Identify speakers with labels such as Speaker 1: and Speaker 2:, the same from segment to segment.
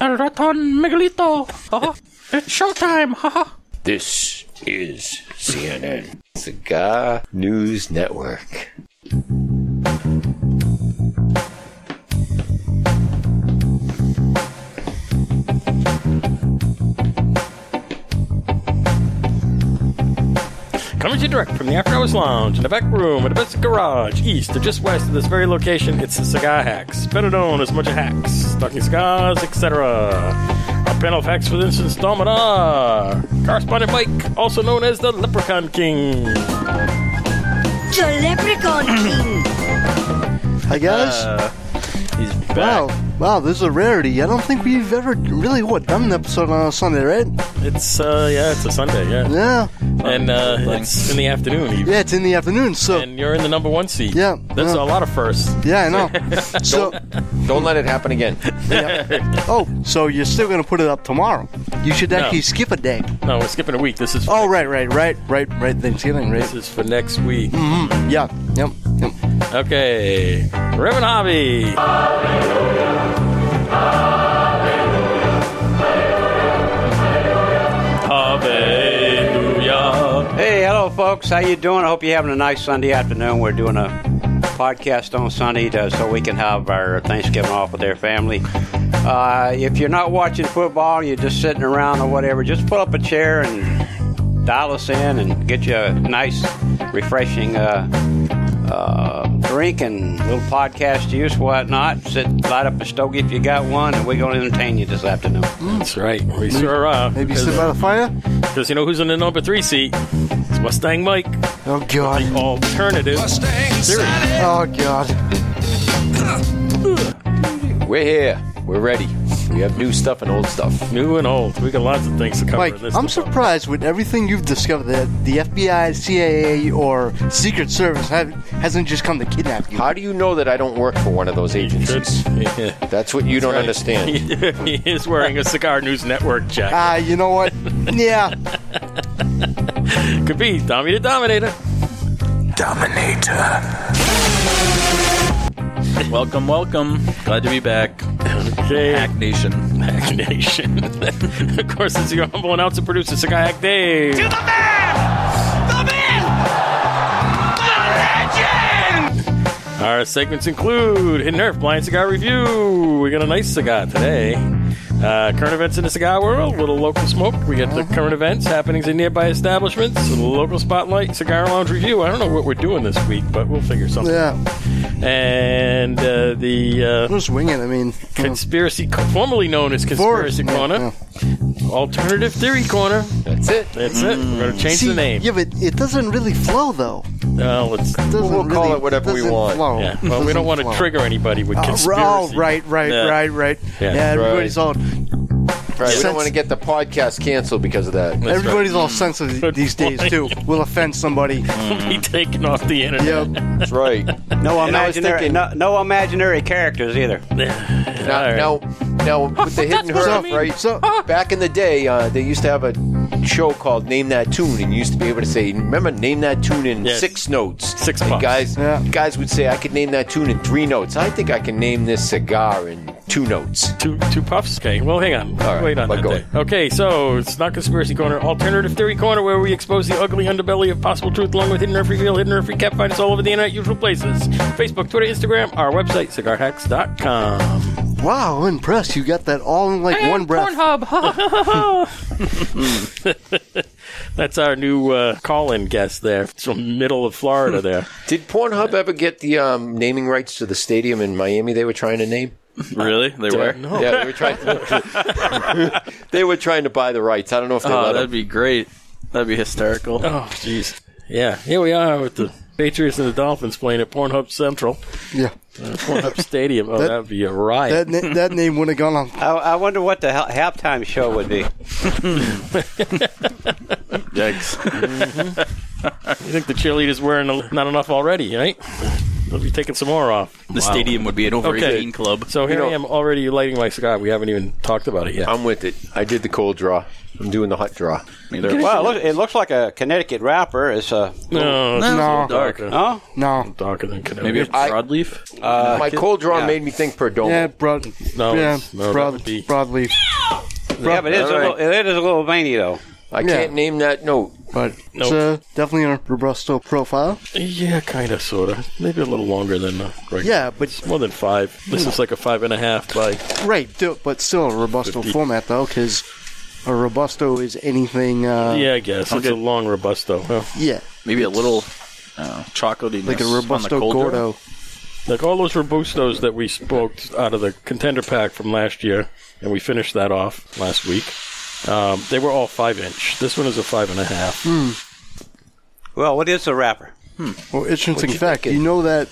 Speaker 1: El Raton Miguelito. Uh-huh. It's showtime. Haha.
Speaker 2: This is CNN, Cigar News Network.
Speaker 3: Coming to you direct from the After Hours Lounge in the back room of the best garage, east or just west of this very location. It's the Cigar Hacks, better known as Much of Hacks, Talking Cigars, etc. Our panel of hacks for this installment are Correspondent Mike, also known as the Leprechaun King,
Speaker 4: The Leprechaun King.
Speaker 5: Hi guys.
Speaker 3: he's
Speaker 5: wow,
Speaker 3: Uh, back.
Speaker 5: wow, this is a rarity. I don't think we've ever really what done an episode on a Sunday, right?
Speaker 3: It's uh, yeah, it's a Sunday, yeah,
Speaker 5: Yeah,
Speaker 3: and uh, it's in the afternoon, even.
Speaker 5: yeah, it's in the afternoon, so
Speaker 3: and you're in the number one seat.
Speaker 5: Yeah,
Speaker 3: that's
Speaker 5: yeah.
Speaker 3: a lot of firsts.
Speaker 5: yeah, I know. so,
Speaker 2: Don't let it happen again.
Speaker 5: oh, so you're still gonna put it up tomorrow? You should actually skip a day.
Speaker 3: No, we're skipping a week. This is
Speaker 5: Oh, right, right, right, right, right. Thanksgiving, right?
Speaker 3: this is for next week.
Speaker 5: Yeah, yep, yep.
Speaker 3: Okay, Reverend Hobby. Hallelujah.
Speaker 6: Hey, hello, folks. How you doing? I hope you're having a nice Sunday afternoon. We're doing a podcast on Sunday to, so we can have our Thanksgiving off with their family. Uh, if you're not watching football, you're just sitting around or whatever, just pull up a chair and dial us in and get you a nice, refreshing uh, uh, drink and little podcast juice, whatnot. Sit, light up a stogie if you got one, and we're going to entertain you this afternoon.
Speaker 3: That's right. We sure are.
Speaker 5: Maybe sit by the fire.
Speaker 3: Because you know who's in the number three seat? It's Mustang Mike.
Speaker 5: Oh
Speaker 3: The
Speaker 5: God,
Speaker 3: alternative. Theory.
Speaker 5: oh God.
Speaker 2: We're here. We're ready. We have new stuff and old stuff.
Speaker 3: New and old. We got lots of things to cover
Speaker 5: Mike,
Speaker 3: in this.
Speaker 5: I'm
Speaker 3: department.
Speaker 5: surprised with everything you've discovered that the FBI, CIA, or Secret Service have, hasn't just come to kidnap you.
Speaker 2: How do you know that I don't work for one of those agencies?
Speaker 3: Yeah.
Speaker 2: That's what you don't understand.
Speaker 3: he is wearing a Cigar News Network jacket.
Speaker 5: Ah, you know what? yeah,
Speaker 3: Could be Tommy the Dominator.
Speaker 7: Welcome, welcome. Glad to be back.
Speaker 3: Okay.
Speaker 7: Hack Nation.
Speaker 3: Hack Nation. of course, it's your humble announcer, producer, Cigar Hack Dave.
Speaker 8: the man! The man! The legend!
Speaker 3: Our segments include Hidden Earth Blind Cigar Review. We got a nice cigar today. Uh, current events in the cigar world, a little local smoke. We got the current events, happenings in nearby establishments, a little local spotlight, cigar lounge review. I don't know what we're doing this week, but we'll figure something.
Speaker 5: yeah.
Speaker 3: And uh, the
Speaker 5: I'm
Speaker 3: uh,
Speaker 5: just winging. it, I mean,
Speaker 3: conspiracy, formerly known as conspiracy
Speaker 5: Forrest, yeah,
Speaker 3: corner, alternative theory corner.
Speaker 2: That's it.
Speaker 3: That's it. We're going to change
Speaker 5: See,
Speaker 3: the name.
Speaker 5: Yeah, but it doesn't really flow though.
Speaker 3: Uh, let's.
Speaker 5: It doesn't
Speaker 2: We'll call
Speaker 5: really-
Speaker 2: it whatever we
Speaker 5: doesn't
Speaker 2: want.
Speaker 5: Flow.
Speaker 3: Yeah. Well, we
Speaker 5: Doesn't
Speaker 3: don't want to
Speaker 5: flow.
Speaker 3: trigger anybody with
Speaker 5: Oh,
Speaker 3: conspiracy.
Speaker 5: oh, right, right,
Speaker 7: Yeah.
Speaker 5: right, right.
Speaker 3: Yeah.
Speaker 5: Yeah, everybody's all
Speaker 2: Right. We don't
Speaker 5: Since-
Speaker 2: want to get the podcast canceled because of that.
Speaker 3: That's right.
Speaker 5: everybody's all sensitive
Speaker 3: Good
Speaker 5: these days
Speaker 3: point. Mm.
Speaker 5: too. We'll offend somebody.
Speaker 3: be taken off the internet.
Speaker 5: yep.
Speaker 2: That's right.
Speaker 6: No
Speaker 2: And I was
Speaker 6: imaginary,
Speaker 2: thinking-
Speaker 6: no, no imaginary characters either.
Speaker 3: All
Speaker 2: Now,
Speaker 3: right.
Speaker 2: now, now, with the hidden
Speaker 5: what I
Speaker 2: herb,
Speaker 5: mean.
Speaker 2: right?
Speaker 5: So-
Speaker 2: back in the day, uh, they used to have a show called Name That Tune, and you used to be able to say, "Remember, name that tune in
Speaker 3: Yes.
Speaker 2: six notes."
Speaker 3: Six
Speaker 2: and
Speaker 3: bucks.
Speaker 2: guys.
Speaker 5: Yeah.
Speaker 2: Guys would say, "I could name that tune in three notes." I think I can name this cigar in two notes.
Speaker 3: Two, two puffs? Okay, well, hang on.
Speaker 2: All right,
Speaker 3: Wait on
Speaker 2: but
Speaker 3: that
Speaker 2: go
Speaker 3: day. Okay, so it's not Conspiracy Corner, Alternative Theory Corner, where we expose the ugly underbelly of possible truth along with Hidden Earth Reveal, Hidden Earth Recap. Find us all over the internet, usual places Facebook, Twitter, Instagram, our website, cigarhacks.com.
Speaker 5: Wow, I'm impressed. You got that all in like one breath.
Speaker 1: Pornhub. Haha.
Speaker 3: That's our new uh, call in guest there It's from middle of Florida there.
Speaker 2: Did Pornhub ever get the um, naming rights to the stadium in Miami they were trying to name?
Speaker 7: Really? They were?
Speaker 3: No.
Speaker 2: Yeah, they were trying. they were trying to buy the rights. I don't know if they
Speaker 7: Oh,
Speaker 2: let
Speaker 7: that'd
Speaker 2: them.
Speaker 7: be great. That'd be hysterical.
Speaker 3: Oh, jeez. Yeah, here we are with the Patriots and the Dolphins playing at Pornhub Central,
Speaker 5: Yeah,
Speaker 3: Pornhub Stadium. Oh,
Speaker 5: That-
Speaker 3: that would be a riot.
Speaker 5: that na- that name wouldn't have gone on.
Speaker 6: I, I wonder what the hal- halftime show would be.
Speaker 7: Yikes.
Speaker 3: You think the cheerleaders wearing a- not enough already, right? They'll be taking some more off.
Speaker 7: The stadium would be an over
Speaker 3: Okay.
Speaker 7: 18 club.
Speaker 3: So here
Speaker 2: You know-
Speaker 3: I am already lighting my cigar. We haven't even talked about it yet.
Speaker 2: I'm with it. I did the cold draw. I'm doing the hot draw.
Speaker 7: Either
Speaker 6: Well, it looks, it looks like a Connecticut wrapper. It's uh, a
Speaker 3: No, it's
Speaker 5: No.
Speaker 7: dark.
Speaker 3: darker.
Speaker 6: oh,
Speaker 5: No.
Speaker 3: Darker than Connecticut.
Speaker 7: Maybe a
Speaker 2: I-
Speaker 7: broadleaf.
Speaker 2: My cold draw
Speaker 6: yeah.
Speaker 2: made me think Perdomo.
Speaker 5: Yeah, broad.
Speaker 3: No,
Speaker 5: yeah,
Speaker 3: it's- no, that
Speaker 5: broad,
Speaker 3: would be-
Speaker 5: broadleaf.
Speaker 6: yeah, but it is, a
Speaker 2: Alright.
Speaker 6: little, it is a little veiny though.
Speaker 2: I
Speaker 5: Yeah.
Speaker 2: can't name that note.
Speaker 5: But
Speaker 3: Nope.
Speaker 5: it's uh, definitely a Robusto profile.
Speaker 3: Yeah, kind of, sort of. Maybe a little longer than uh, regular.
Speaker 5: Yeah, but-
Speaker 3: It's more than five. This is like a five and a half by.
Speaker 5: Right, do- but still a Robusto format, though, because a Robusto is anything. Uh,
Speaker 3: yeah, I guess
Speaker 7: I'll
Speaker 3: it's
Speaker 7: get-
Speaker 3: a long robusto. Well,
Speaker 5: yeah,
Speaker 7: Maybe a little uh, chocolatey.
Speaker 5: like a Robusto Gordo.
Speaker 3: like all those robustos that we spoke out of the contender pack from last year, and we finished that off last week. Um, they were all five inch. This one is a five and a half.
Speaker 5: Hmm.
Speaker 6: Well, what is a wrapper?
Speaker 5: Well, interesting fact. You know that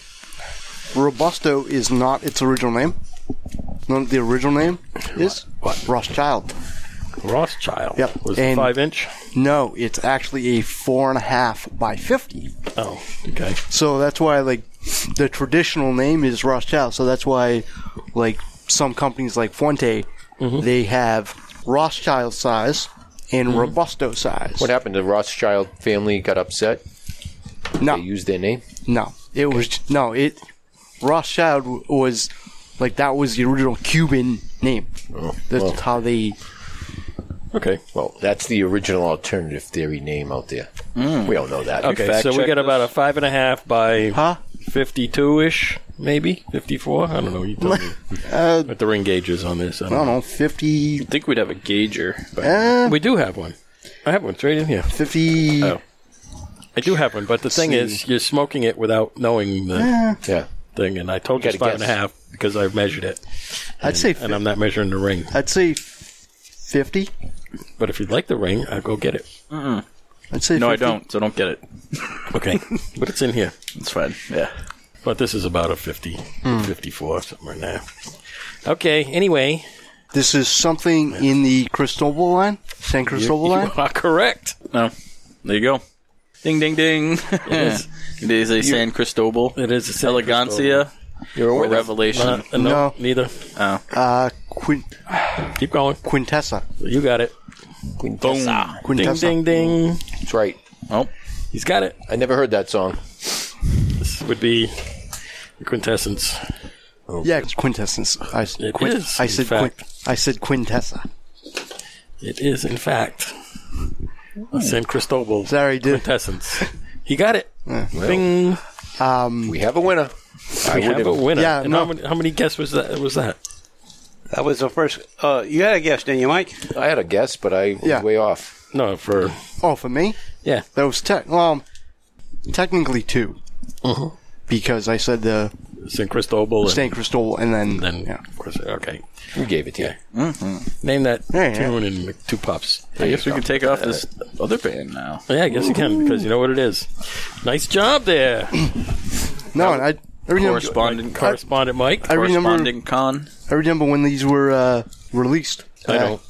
Speaker 5: Robusto is not its original name. You know what the original name is
Speaker 3: What?
Speaker 5: Rothschild.
Speaker 3: Rothschild.
Speaker 5: Yep,
Speaker 3: Was
Speaker 5: and-
Speaker 3: five inch.
Speaker 5: No, it's actually a four and a half by fifty.
Speaker 3: Oh, okay.
Speaker 5: So that's why, like, the traditional name is Rothschild. So that's why, like, some companies like Fuente, they have Rothschild size and Robusto size.
Speaker 2: What happened? The Rothschild family got upset.
Speaker 5: No,
Speaker 2: They used their name.
Speaker 5: No, it was no it. Rothschild w- was like that was the original Cuban name. That's
Speaker 2: well.
Speaker 5: how they.
Speaker 3: Okay.
Speaker 2: Well, that's the original alternative theory name out there.
Speaker 5: Mm.
Speaker 2: We all know that.
Speaker 3: Okay. So we
Speaker 7: fact-check
Speaker 3: got about a five and a half by
Speaker 5: Huh?
Speaker 3: fifty-two ish, maybe fifty-four. I don't know. You tell me.
Speaker 5: Uh,
Speaker 3: What the ring gauges on this? I
Speaker 5: I
Speaker 3: don't
Speaker 5: don't
Speaker 3: know.
Speaker 5: know, 50,
Speaker 7: I think we'd have a gauger. But
Speaker 5: uh,
Speaker 3: We do have one. I have one. It's right in here.
Speaker 5: 50
Speaker 3: Oh. I do have one, but the thing is, you're smoking it without knowing the
Speaker 5: Uh, eh,
Speaker 2: Yeah.
Speaker 3: thing, and I told you it's
Speaker 2: Gotta
Speaker 3: five and a
Speaker 2: guess.
Speaker 3: half because I've measured it,
Speaker 5: I'd say.
Speaker 3: and I'm not measuring the ring.
Speaker 5: I'd say fifty.
Speaker 3: But if you'd like the ring, I'll go get it.
Speaker 5: I'd say.
Speaker 7: no, I
Speaker 5: 50.
Speaker 7: don't. So don't get it.
Speaker 3: Okay, but it's in here.
Speaker 7: It's fine. Yeah.
Speaker 3: But this is about a 50, 54, something like that. Okay. Anyway,
Speaker 5: This is something in the Cristobal line, San Cristobal
Speaker 3: you
Speaker 5: line.
Speaker 3: are correct.
Speaker 7: No. There you go. Ding ding ding.
Speaker 3: is.
Speaker 7: it is a San Cristobal.
Speaker 3: It is a San
Speaker 7: Elegancia or Revelation.
Speaker 3: Uh, no,
Speaker 5: No.
Speaker 3: neither.
Speaker 5: Uh, Quin-
Speaker 3: Keep going.
Speaker 5: Quintessa.
Speaker 3: You got it.
Speaker 7: Boom.
Speaker 5: Quintessa.
Speaker 3: Ding ding.
Speaker 2: That's right.
Speaker 7: Oh,
Speaker 3: He's got it.
Speaker 2: I never heard that song.
Speaker 3: This would be the quintessence.
Speaker 5: Yeah, it's quintessence. I, s-
Speaker 3: Oh. It
Speaker 5: quin-
Speaker 3: is,
Speaker 5: I
Speaker 3: in
Speaker 5: said. Quin-
Speaker 3: fact.
Speaker 5: I said Quintessa.
Speaker 3: It is, in fact, a San Cristobal
Speaker 5: Sorry, dude.
Speaker 3: quintessence. He got it. Bing.
Speaker 2: We have a winner.
Speaker 3: We have a winner.
Speaker 5: Yeah,
Speaker 3: And
Speaker 5: no.
Speaker 3: how, many, how many guesses was that? Was that?
Speaker 6: That was the first. Uh, you had a guess, didn't you, Mike?
Speaker 2: I had a guess, but I was
Speaker 5: Yeah.
Speaker 2: way off.
Speaker 3: No, for
Speaker 5: Oh, for me.
Speaker 3: yeah.
Speaker 5: That was tech. Well, technically 2
Speaker 3: Mm-hmm.
Speaker 5: because I said the
Speaker 3: San Cristobal. and
Speaker 5: San Cristobal, and then,
Speaker 3: Then,
Speaker 5: yeah.
Speaker 3: of course, okay.
Speaker 2: We gave it to you.
Speaker 3: Name that
Speaker 5: Yeah, yeah.
Speaker 3: tune in two pups.
Speaker 7: I guess we can take off this other band now.
Speaker 3: Yeah, I guess you can because you know what it is. Nice job there,
Speaker 5: No, and I, I remember.
Speaker 7: Correspondent,
Speaker 3: correspondent Mike.
Speaker 5: I remember.
Speaker 7: corresponding con.
Speaker 5: I remember when these were uh, released.
Speaker 3: I
Speaker 5: Uh,
Speaker 3: know.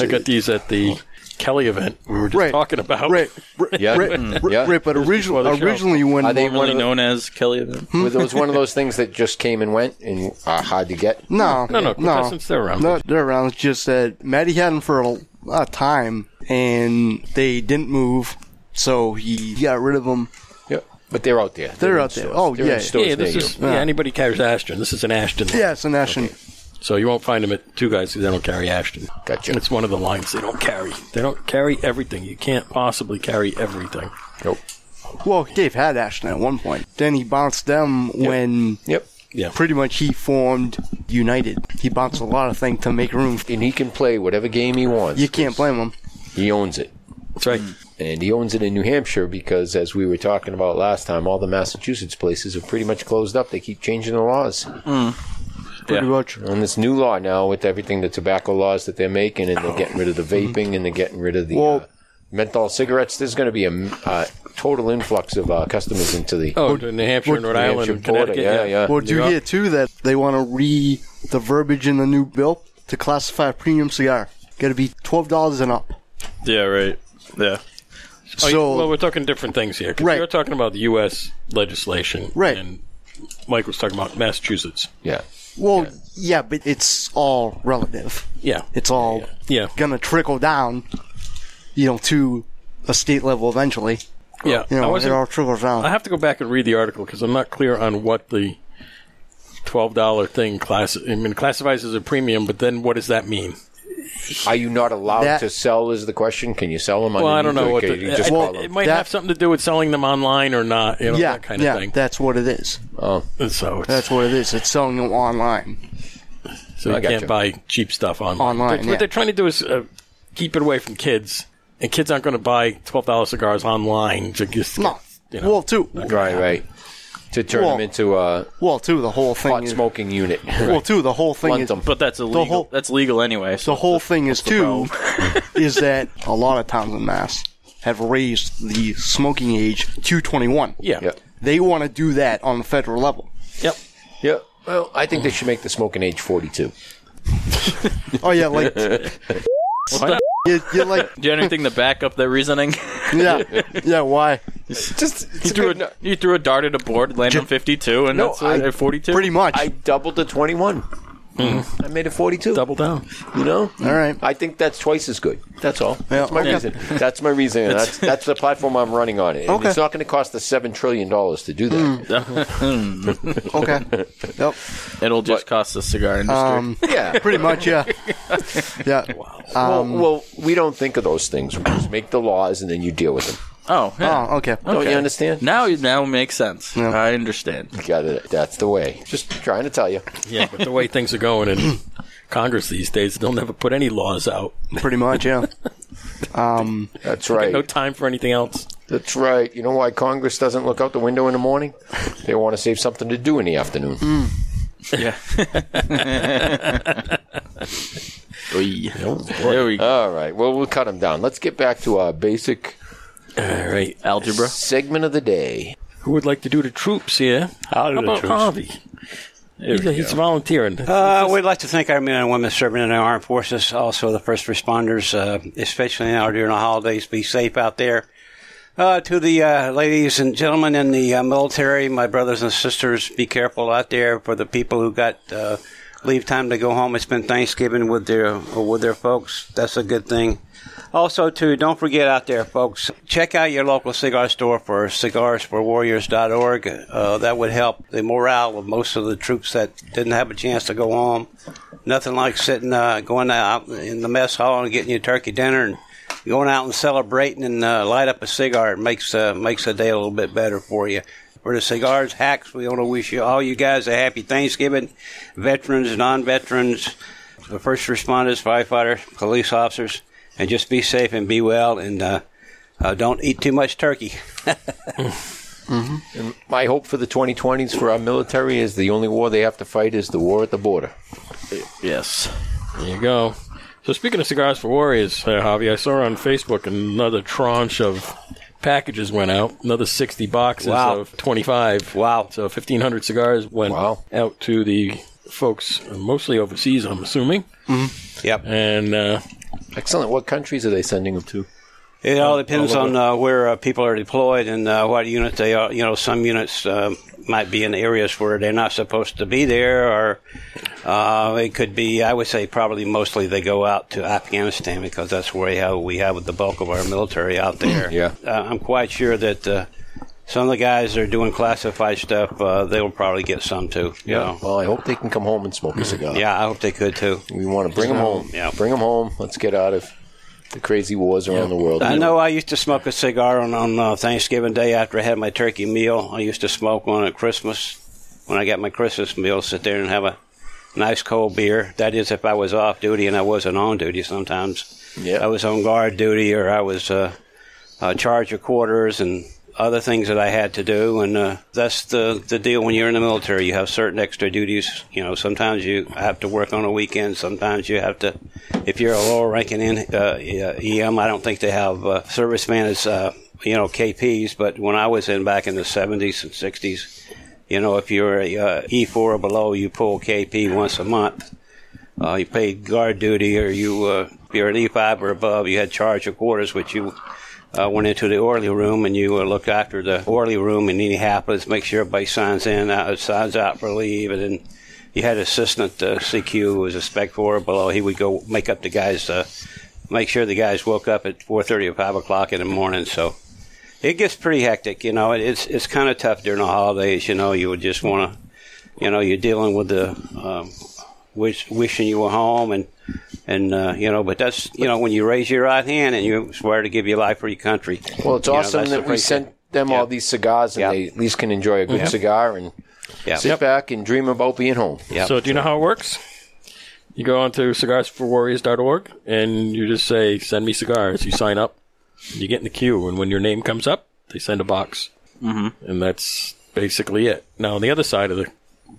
Speaker 3: I got these at the Kelly event we were just
Speaker 5: Right.
Speaker 3: talking about.
Speaker 5: Right, r-
Speaker 2: Yeah.
Speaker 5: right,
Speaker 3: Mm.
Speaker 5: r-
Speaker 2: Yeah.
Speaker 5: right, but original,
Speaker 3: before the show.
Speaker 5: originally when
Speaker 2: Are they one
Speaker 7: Formerly
Speaker 2: of the-
Speaker 7: known as Kelly event.
Speaker 5: Hmm.
Speaker 2: Was it was one of those things that just came and went and are hard to get?
Speaker 5: no,
Speaker 3: No, no,
Speaker 5: no,
Speaker 3: contestants, they're around.
Speaker 5: no, they're around. It's just that Maddie had them for a, a time, and they didn't move, so he got rid of them.
Speaker 2: Yeah. But they're out there.
Speaker 5: They're
Speaker 2: in
Speaker 5: out there.
Speaker 2: stores.
Speaker 5: Oh,
Speaker 2: They're
Speaker 5: yeah.
Speaker 2: In stores
Speaker 3: Yeah, this
Speaker 2: near
Speaker 3: is
Speaker 2: you.
Speaker 3: yeah. Anybody carries Ashton. This is an Ashton.
Speaker 5: Yeah, it's an Ashen.
Speaker 3: So you won't find them at Two Guys because they don't carry Ashton.
Speaker 2: Gotcha.
Speaker 3: And It's one of the lines they don't carry. They don't carry everything. You can't possibly carry everything.
Speaker 2: Nope.
Speaker 5: Well, Dave had Ashton at one point. Then he bounced them when
Speaker 2: Yep.
Speaker 3: Yeah.
Speaker 5: pretty much he formed United. He bounced a lot of things to make room.
Speaker 2: And he can play whatever game he wants.
Speaker 5: You can't blame him.
Speaker 2: He owns it.
Speaker 3: That's right.
Speaker 2: And he owns it in New Hampshire because, as we were talking about last time, all the Massachusetts places are pretty much closed up. They keep changing the laws.
Speaker 5: Pretty much.
Speaker 2: And this new law now with everything the tobacco laws that they're making, and they're getting rid of the vaping, and they're getting rid of the
Speaker 5: Well-
Speaker 2: uh, menthol cigarettes. There's going to be a m- uh, total influx of uh, customers into the
Speaker 3: Oh, to New Hampshire and Rhode
Speaker 2: New
Speaker 3: Island
Speaker 2: Hampshire
Speaker 3: and
Speaker 2: border.
Speaker 3: Connecticut.
Speaker 2: Yeah, yeah.
Speaker 5: Well, do you
Speaker 3: Yeah.
Speaker 5: hear too that they want to re the verbiage in the new bill to classify a premium cigar? Got to be twelve dollars and up.
Speaker 7: Yeah, right. Yeah.
Speaker 3: Oh, you-
Speaker 5: so
Speaker 3: Oh, well, we're talking different things here. 'cause
Speaker 5: Right.
Speaker 3: You're talking about the U.S. legislation.
Speaker 5: Right.
Speaker 3: And Mike was talking about Massachusetts.
Speaker 2: yeah.
Speaker 5: well, yeah. but it's all relative.
Speaker 3: Yeah.
Speaker 5: It's all
Speaker 3: Yeah.
Speaker 5: gonna trickle down you know, to a state level eventually.
Speaker 3: Yeah,
Speaker 5: You
Speaker 3: I
Speaker 5: know, it
Speaker 3: wasn't-
Speaker 5: all trickles down.
Speaker 3: I have to go back and read the article because I'm not clear on what the twelve dollar thing class. I mean, classifies as a premium, but then what does that mean?
Speaker 2: Are you not allowed
Speaker 5: That-
Speaker 2: to sell? Is the question? Can you sell them? on
Speaker 3: Well, I don't
Speaker 2: YouTube?
Speaker 3: know what
Speaker 2: Can
Speaker 3: the,
Speaker 2: you just
Speaker 3: I-
Speaker 2: call
Speaker 3: it
Speaker 2: them?
Speaker 3: might
Speaker 5: That-
Speaker 3: have something to do with selling them online or not. You know,
Speaker 5: yeah,
Speaker 3: that kind
Speaker 5: yeah,
Speaker 3: of thing.
Speaker 5: that's what it is.
Speaker 2: Oh,
Speaker 3: so it's,
Speaker 5: That's what it is. It's selling them online.
Speaker 3: so you
Speaker 2: I gotcha.
Speaker 3: can't buy cheap stuff online.
Speaker 5: Online,
Speaker 3: But
Speaker 5: yeah.
Speaker 3: What they're trying to do is uh, keep it away from kids, and kids aren't going to buy twelve dollar cigars online to just
Speaker 5: No.
Speaker 3: You know,
Speaker 5: Well, too.
Speaker 2: right, right. To turn
Speaker 5: Well-
Speaker 2: them into a
Speaker 5: Well, too. The whole thing
Speaker 2: pot
Speaker 5: is.
Speaker 2: smoking unit.
Speaker 5: Well, too. The whole thing
Speaker 2: Blunt
Speaker 5: is.
Speaker 2: them.
Speaker 7: But that's illegal.
Speaker 5: whole-
Speaker 7: that's legal anyway. So
Speaker 5: The whole thing is too.
Speaker 7: problem?
Speaker 5: is that a lot of towns in Mass have raised the smoking age to 21.
Speaker 3: yeah,
Speaker 2: Yeah.
Speaker 5: They want to do that on the federal level.
Speaker 3: yep.
Speaker 2: Yeah. Well, I think they should make the smoking age 42.
Speaker 5: Oh yeah, like you're, you're like
Speaker 7: do you have anything to back up their reasoning?
Speaker 5: yeah, yeah. Why?
Speaker 2: Just
Speaker 7: you threw a you threw a dart at a board, landed on fifty two, and
Speaker 2: No,
Speaker 7: that's it,
Speaker 2: I-
Speaker 7: at forty two.
Speaker 5: Pretty much.
Speaker 2: I doubled to 21. I made it 42.
Speaker 3: Mm-hmm. Double down.
Speaker 2: You know?
Speaker 5: All right.
Speaker 2: I think that's twice as good. That's all. That's my
Speaker 5: okay.
Speaker 2: reason. That's my reason. and that's, that's the platform I'm running on. And
Speaker 5: Okay. Mm.
Speaker 2: It's not going to cost us $7 trillion to do that.
Speaker 5: okay. Yep.
Speaker 7: It'll just cost the cigar industry.
Speaker 5: Um.
Speaker 2: Yeah.
Speaker 5: Pretty much. Yeah. Um, Yeah.
Speaker 2: well, well, we don't think of those things. We just make the laws and then you deal with them.
Speaker 7: oh, yeah.
Speaker 5: Oh. Okay.
Speaker 2: Don't you understand?
Speaker 7: Now, now it makes sense.
Speaker 5: Yeah.
Speaker 7: I understand.
Speaker 2: Got it. That's the way. Just trying to tell you.
Speaker 3: Yeah, but the way things are going in Congress these days, they'll never put any laws out.
Speaker 5: Pretty much. Yeah. Um.
Speaker 2: That's right.
Speaker 3: No time for anything else.
Speaker 2: That's right. You know why Congress doesn't look out the window in the morning? They want to save something to do in the afternoon.
Speaker 7: Yeah. there we go.
Speaker 2: All right. Well, we'll cut them down. Let's get back to our basic
Speaker 3: All right.
Speaker 7: Algebra.
Speaker 2: segment of the day.
Speaker 3: Who would like to do the troops here? How
Speaker 7: the
Speaker 3: about
Speaker 7: troops.
Speaker 3: Harvey? He's, he's volunteering.
Speaker 6: Uh, we'd like to thank our men and women serving in the armed forces, also the first responders, uh, especially now during the holidays. Be safe out there. Uh, to the uh, ladies and gentlemen in the uh, military, my brothers and sisters, be careful out there. For the people who got uh, leave time to go home and spend Thanksgiving with their with their folks, that's a good thing. Also, too, don't forget out there, folks, check out your local cigar store for cigarsforwarriors.org. Uh, that would help the morale of most of the troops that didn't have a chance to go home. Nothing like sitting, uh, going out in the mess hall and getting your turkey dinner and going out and celebrating and uh, light up a cigar. It makes, uh, makes the day a little bit better for you. For the cigars hacks, we want to wish you all you guys a happy Thanksgiving, veterans, non-veterans, the first responders, firefighters, police officers, and just be safe and be well and uh, uh, don't eat too much turkey.
Speaker 2: My hope for the 2020s for our military is the only war they have to fight is the war at the border.
Speaker 7: Yes.
Speaker 3: There you go. So speaking of cigars for warriors, uh, Javi, I saw on Facebook another tranche of packages went out. Another sixty boxes
Speaker 6: Wow.
Speaker 3: of twenty-five. Wow! So fifteen hundred cigars went
Speaker 2: Wow.
Speaker 3: out to the folks, uh, mostly overseas, I'm assuming.
Speaker 6: Yep.
Speaker 3: And uh,
Speaker 2: Excellent. What countries are they sending them to?
Speaker 6: It all depends on uh, where uh, people are deployed and uh, what unit they are. You know, some units uh, might be in areas where they're not supposed to be there, or uh, it could be. I would say probably mostly they go out to Afghanistan because that's where we have, we have the bulk of our military out there.
Speaker 2: Yeah.
Speaker 6: uh, I'm quite sure that uh, some of the guys that are doing classified stuff. Uh, they will probably get some too. You know.
Speaker 2: Well, I hope they can come home and smoke a cigar.
Speaker 6: Yeah, I hope they could too.
Speaker 2: We want to bring them home.
Speaker 6: Yeah.
Speaker 2: Bring them home. Let's get out of the crazy wars around the world.
Speaker 6: I know I used to smoke a cigar on, on uh, Thanksgiving Day after I had my turkey meal. I used to smoke one at Christmas when I got my Christmas meal, sit there and have a nice cold beer. That is, if I was off duty and I wasn't on duty sometimes.
Speaker 2: Yeah.
Speaker 6: I was on guard duty or I was uh, uh, charge of quarters and other things that I had to do. And uh, that's the, the deal when you're in the military. You have certain extra duties. You know, sometimes you have to work on a weekend. Sometimes you have to, if you're a lower ranking in, uh, yeah, EM, I don't think they have uh, serviceman as, uh, you know, KPs. But when I was in back in the 70s and 60s, you know, if you're a uh, E4 or below, you pull KP once a month. Uh, you paid guard duty, or you uh, if you're an E5 or above, you had charge of quarters, which you uh, went into the orderly room and you uh, looked after the orderly room and any happens, make sure everybody signs in, out, signs out for leave, and then you had assistant uh, CQ who was a spec four below. He would go make up the guys. Uh, make sure the guys woke up at 4.30 or 5 o'clock in the morning. So it gets pretty hectic. You know, It- it's, it's kind of tough during the holidays. You know, you would just want to, you know, you're dealing with the um, wish, wishing you were home and, and uh, you know, but that's, you know, when you raise your right hand and you swear to give your life for your country.
Speaker 2: Well, it's
Speaker 6: You know,
Speaker 2: awesome
Speaker 6: that's the
Speaker 2: that we
Speaker 6: first thing.
Speaker 2: sent them all these cigars and
Speaker 6: Yeah.
Speaker 2: they at least can enjoy a good cigar and
Speaker 6: Yeah.
Speaker 2: sit back and dream about being home.
Speaker 6: Yeah.
Speaker 3: So, do you know how it works? You go on to cigarsforwarriors.org and you just say, send me cigars. You sign up, you get in the queue, and when your name comes up, they send a box. Mm-hmm. And that's basically it. Now, on the other side of the,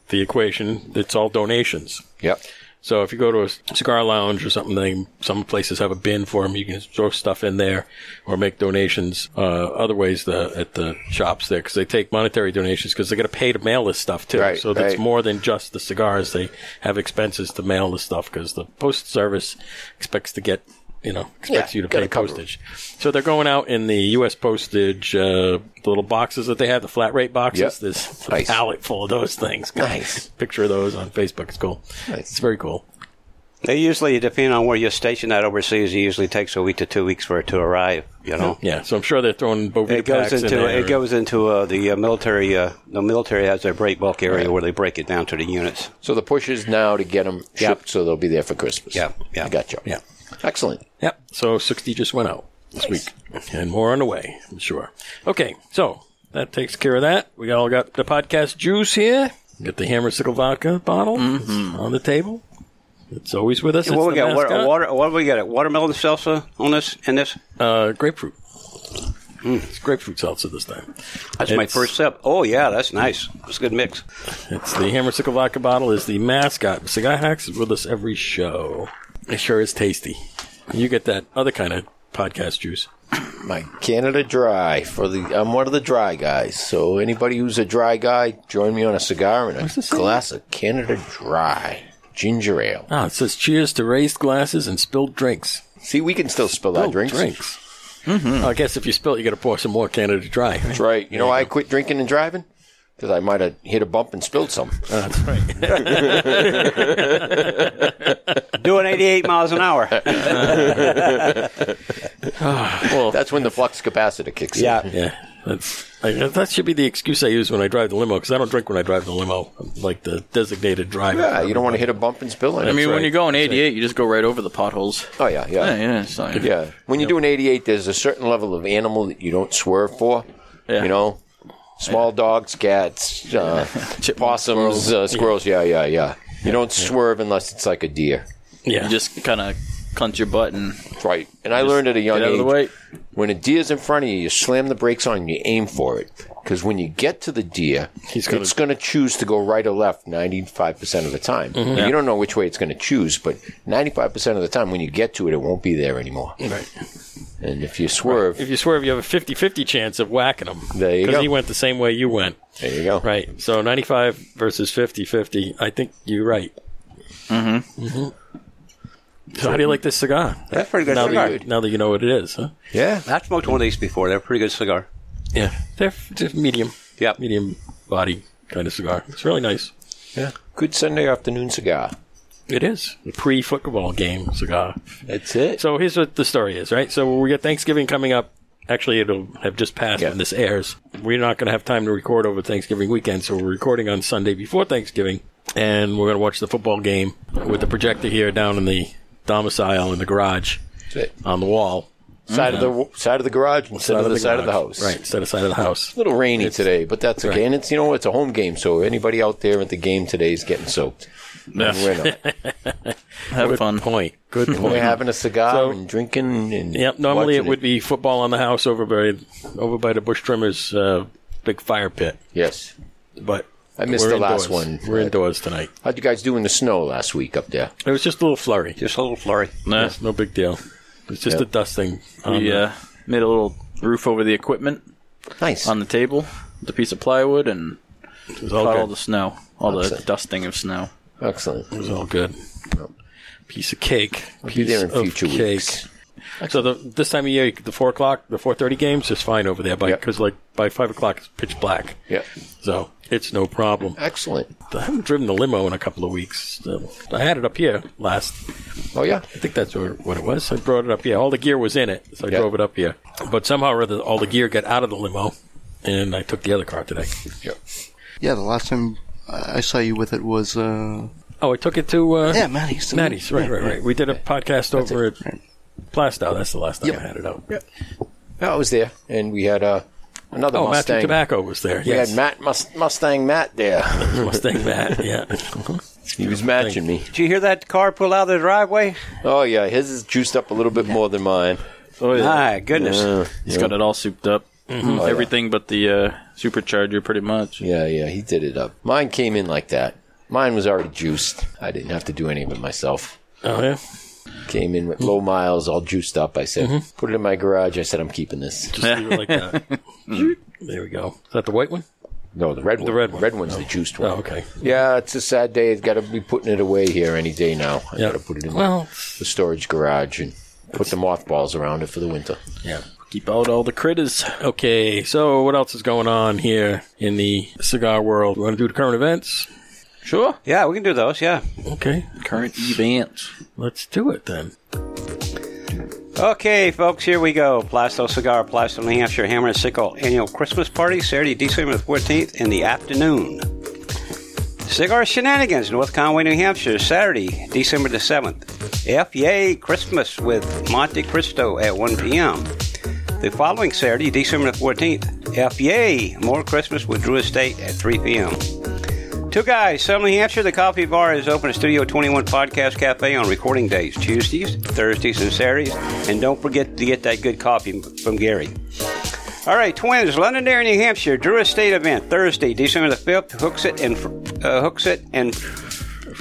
Speaker 3: the equation, it's all donations.
Speaker 2: Yep.
Speaker 3: So if you go to a cigar lounge or something, they, some places have a bin for them. You can throw stuff in there or make donations uh, other ways the, at the shops there because they take monetary donations because they got to pay to mail this stuff too.
Speaker 2: Right,
Speaker 3: so that's
Speaker 2: right.
Speaker 3: more than just the cigars. They have expenses to mail this stuff because the post service expects to get. You know, expects
Speaker 2: Yeah,
Speaker 3: you to
Speaker 2: gotta
Speaker 3: pay
Speaker 2: cover it.
Speaker 3: postage. So they're going out in the U.S. postage, uh, the little boxes that they have, the flat rate boxes.
Speaker 2: Yep.
Speaker 3: There's a
Speaker 2: Nice.
Speaker 3: pallet full of those things.
Speaker 2: Nice.
Speaker 3: Picture of those on Facebook. It's cool. It's very cool.
Speaker 6: They usually, depending on where you're stationed at overseas, it usually takes a week to two weeks for it to arrive. You know,
Speaker 3: Yeah, so I'm sure they're throwing bovita
Speaker 6: it goes
Speaker 3: packs in
Speaker 6: into
Speaker 3: there.
Speaker 6: it goes into uh, the uh, military. Uh, the military has their break bulk area where they break it down to the units.
Speaker 2: So the push is now to get them shipped so they'll be there for Christmas.
Speaker 6: Yeah, yeah.
Speaker 2: I got you.
Speaker 3: Yeah.
Speaker 2: Excellent.
Speaker 3: Yep. So 60 just went out this week, and more on the way, I'm sure. Okay, so that takes care of that. We all got the podcast juice here. Got the hammer sickle vodka bottle It's on the table. It's always with us. It's
Speaker 6: Mm-hmm. what we
Speaker 3: the
Speaker 6: got? Water,
Speaker 3: mascot.
Speaker 6: water, what do we got? A watermelon salsa on this and this.
Speaker 3: Uh, grapefruit.
Speaker 6: Mm.
Speaker 3: It's grapefruit salsa this time.
Speaker 6: That's my
Speaker 3: It's-
Speaker 6: first sip. Oh yeah, that's nice. That's a good mix.
Speaker 3: It's the hammer sickle vodka bottle is the mascot. Cigar Hacks is with us every show. It sure is tasty. You get that other kind of podcast juice.
Speaker 2: My Canada Dry for the I'm one of the dry guys. So anybody who's a dry guy, join me on a cigar and a glass of Canada Dry ginger ale.
Speaker 3: Ah, it says cheers to raised glasses and spilled drinks.
Speaker 2: See, we can still spill our
Speaker 3: Spilled
Speaker 2: drinks.
Speaker 3: Mm-hmm. I guess if you spill it, you got to pour some more Canada Dry.
Speaker 2: That's right. You know, why I quit drinking and driving because I might have hit a bump and spilled some.
Speaker 6: Doing 88 miles an hour.
Speaker 2: That's when the flux capacitor kicks in.
Speaker 3: Yeah, that's I, that should be the excuse I use when I drive the limo because I don't drink when I drive the limo. I'm like the designated driver.
Speaker 2: Yeah, you don't want to hit a bump and spill it.
Speaker 7: I mean,
Speaker 3: right.
Speaker 7: when you're going 88, you just go right over the potholes.
Speaker 2: oh yeah,
Speaker 7: Yeah,
Speaker 2: yeah, yeah.
Speaker 7: yeah, it's fine.
Speaker 2: When you do an 88, there's a certain level of animal that you don't swerve for.
Speaker 7: Yeah.
Speaker 2: You know, small dogs, cats, uh, possums, uh, squirrels. Yeah, yeah, yeah. You don't swerve unless it's like a deer.
Speaker 3: Yeah,
Speaker 7: You just kind of clench your butt and
Speaker 2: Right. And I learned at a young
Speaker 7: get out
Speaker 2: age
Speaker 7: of the way.
Speaker 2: when a deer's in front of you, you slam the brakes on and you aim for it. Because when you get to the deer,
Speaker 3: gonna-
Speaker 2: it's going to choose to go right or left 95% of the time.
Speaker 7: Mm-hmm.
Speaker 2: Now, You don't know which way it's going to choose, but 95% of the time when you get to it, it won't be there anymore.
Speaker 3: right.
Speaker 2: And if you swerve,
Speaker 3: If you swerve, you have a 50-50 chance of whacking him.
Speaker 2: There you go.
Speaker 3: he went the same way you went.
Speaker 2: there you go.
Speaker 3: Right. So 95 versus 50-50. I think you're right. Mm-hmm. mm-hmm. So how do you like this cigar?
Speaker 6: That's pretty good
Speaker 3: Now
Speaker 6: cigar.
Speaker 3: that, you, now that you know what it is, huh?
Speaker 2: Yeah.
Speaker 6: I've smoked one of these before. They're a pretty good cigar.
Speaker 3: Yeah, they're f- just medium.
Speaker 6: Yep.
Speaker 3: medium body kind of cigar. It's really nice.
Speaker 2: Yeah. Good Sunday afternoon cigar.
Speaker 3: It is a pre-football game cigar.
Speaker 2: That's it.
Speaker 3: So here's what the story is, right? So we got Thanksgiving coming up. Actually, it'll have just passed
Speaker 2: Yeah.
Speaker 3: when this airs. We're not going to have time to record over Thanksgiving weekend, so we're recording on Sunday before Thanksgiving, and we're going to watch the football game with the projector here down in the domicile in the garage
Speaker 2: That's it.
Speaker 3: on the wall.
Speaker 2: Side
Speaker 3: Mm-hmm.
Speaker 2: of the side of the garage instead of the, side of the
Speaker 3: garage.
Speaker 2: house.
Speaker 3: Right, instead of side of the house.
Speaker 2: A little rainy today, but that's okay.
Speaker 3: right.
Speaker 2: And it's you know it's a home game, so anybody out there at the game today is getting soaked. And we're not.
Speaker 7: have fun.
Speaker 3: Point. Good
Speaker 2: We're
Speaker 3: point.
Speaker 2: having a cigar
Speaker 3: So-
Speaker 2: and drinking and
Speaker 3: Yep. Normally it
Speaker 2: watching
Speaker 3: would be football on the house over by over by the bush trimmers uh, big fire pit,
Speaker 2: Yes,
Speaker 3: but
Speaker 2: I missed
Speaker 3: we're
Speaker 2: the last
Speaker 3: indoors.
Speaker 2: one.
Speaker 3: We're indoors tonight.
Speaker 2: How'd you guys do in the snow last week up there?
Speaker 3: It was just a little flurry.
Speaker 6: Just a little flurry.
Speaker 7: Nah,
Speaker 3: It's no big deal. It's just
Speaker 2: Yep.
Speaker 3: a dusting. Um, on
Speaker 7: we
Speaker 3: the-
Speaker 7: uh, made a little roof over the equipment
Speaker 2: Nice.
Speaker 7: on the table, with a piece of plywood, and
Speaker 3: it was all
Speaker 7: caught
Speaker 3: good.
Speaker 7: all the snow, all the
Speaker 2: Excellent.
Speaker 7: dusting of snow.
Speaker 2: Excellent.
Speaker 3: it was all good. Piece of cake.
Speaker 2: Be there in
Speaker 3: Piece of
Speaker 2: future
Speaker 3: cake.
Speaker 2: weeks.
Speaker 3: So the, this time of year, you- the four o'clock, the four thirty games is fine over there,
Speaker 2: Yep.
Speaker 3: because like by five o'clock it's pitch black.
Speaker 2: Yep.
Speaker 3: So it's no problem.
Speaker 2: Excellent.
Speaker 3: I haven't driven the limo in a couple of weeks. So I had it up here last.
Speaker 2: Oh yeah.
Speaker 3: I think that's where- what it was. I brought it up here. All the gear was in it, so I
Speaker 2: Yep.
Speaker 3: drove it up here. But somehow or other, all the gear got out of the limo, and I took the other car today.
Speaker 2: Yep.
Speaker 5: Yeah, the last time I I saw you with it was uh,
Speaker 3: Oh, I took it to uh,
Speaker 5: yeah, Maddie's.
Speaker 3: Maddie's, right,
Speaker 5: Yeah,
Speaker 3: right,
Speaker 5: yeah.
Speaker 3: right. We did a podcast over at Plastow. That's the last time
Speaker 2: Yep.
Speaker 3: I had it Oh, out.
Speaker 2: No, I was there, and we had uh, another
Speaker 3: Oh,
Speaker 2: Mustang.
Speaker 3: Matthew Tobacco was there.
Speaker 2: We
Speaker 3: yes.
Speaker 2: had Matt Mus- Mustang Matt there.
Speaker 3: Mustang Matt. Yeah.
Speaker 2: he was matching me.
Speaker 6: Did you hear that car pull out of the driveway?
Speaker 2: Oh yeah, his is juiced up a little bit more than mine.
Speaker 7: Oh yeah,
Speaker 6: My goodness.
Speaker 2: Yeah,
Speaker 7: he's got it all souped up.
Speaker 2: Oh, yeah.
Speaker 7: Everything but the uh, supercharger, pretty much.
Speaker 2: Yeah, yeah, he did it up. Mine came in like that. Mine was already juiced. I didn't have to do any of it myself.
Speaker 3: Oh yeah.
Speaker 2: Came in with low miles, all juiced up. I said, put it in my garage. I said, I'm keeping this.
Speaker 3: Just leave it like that. Hmm. there we go. Is that the white one?
Speaker 2: No, the red one. The
Speaker 3: red one.
Speaker 2: red one's the juiced one.
Speaker 3: Oh, okay.
Speaker 2: Yeah, it's a sad day. It's got to be putting it away here any day now. I
Speaker 3: Yeah.
Speaker 2: got to put it in
Speaker 3: Well,
Speaker 2: the storage garage and put the mothballs around it for the winter.
Speaker 3: yeah.
Speaker 7: Keep out all the critters.
Speaker 3: Okay, so what else is going on here in the cigar world? You want to do the current events?
Speaker 7: Sure.
Speaker 6: Yeah, we can do those, yeah.
Speaker 3: Okay,
Speaker 7: Current events.
Speaker 3: let's do it then.
Speaker 6: Okay, folks, here we go. Plasto Cigar, Plasto, New Hampshire Hammer and Sickle Annual Christmas Party, Saturday, December the 14th in the afternoon. Cigar Shenanigans, North Conway, New Hampshire, Saturday, December the 7th. F Yay Christmas with Monte Cristo at 1 p.m. The following Saturday, December the 14th, F Yay More Christmas with Drew Estate at 3 p.m. Two Guys, Southern New Hampshire. The Coffee Bar is open at Studio 21 Podcast Cafe on recording days, Tuesdays, Thursdays, and Saturdays. And don't forget to get that good coffee from Gary. All right, Twins, Londonderry, New Hampshire, Drew Estate event, Thursday, December the 5th, hooks it and uh, hooks it and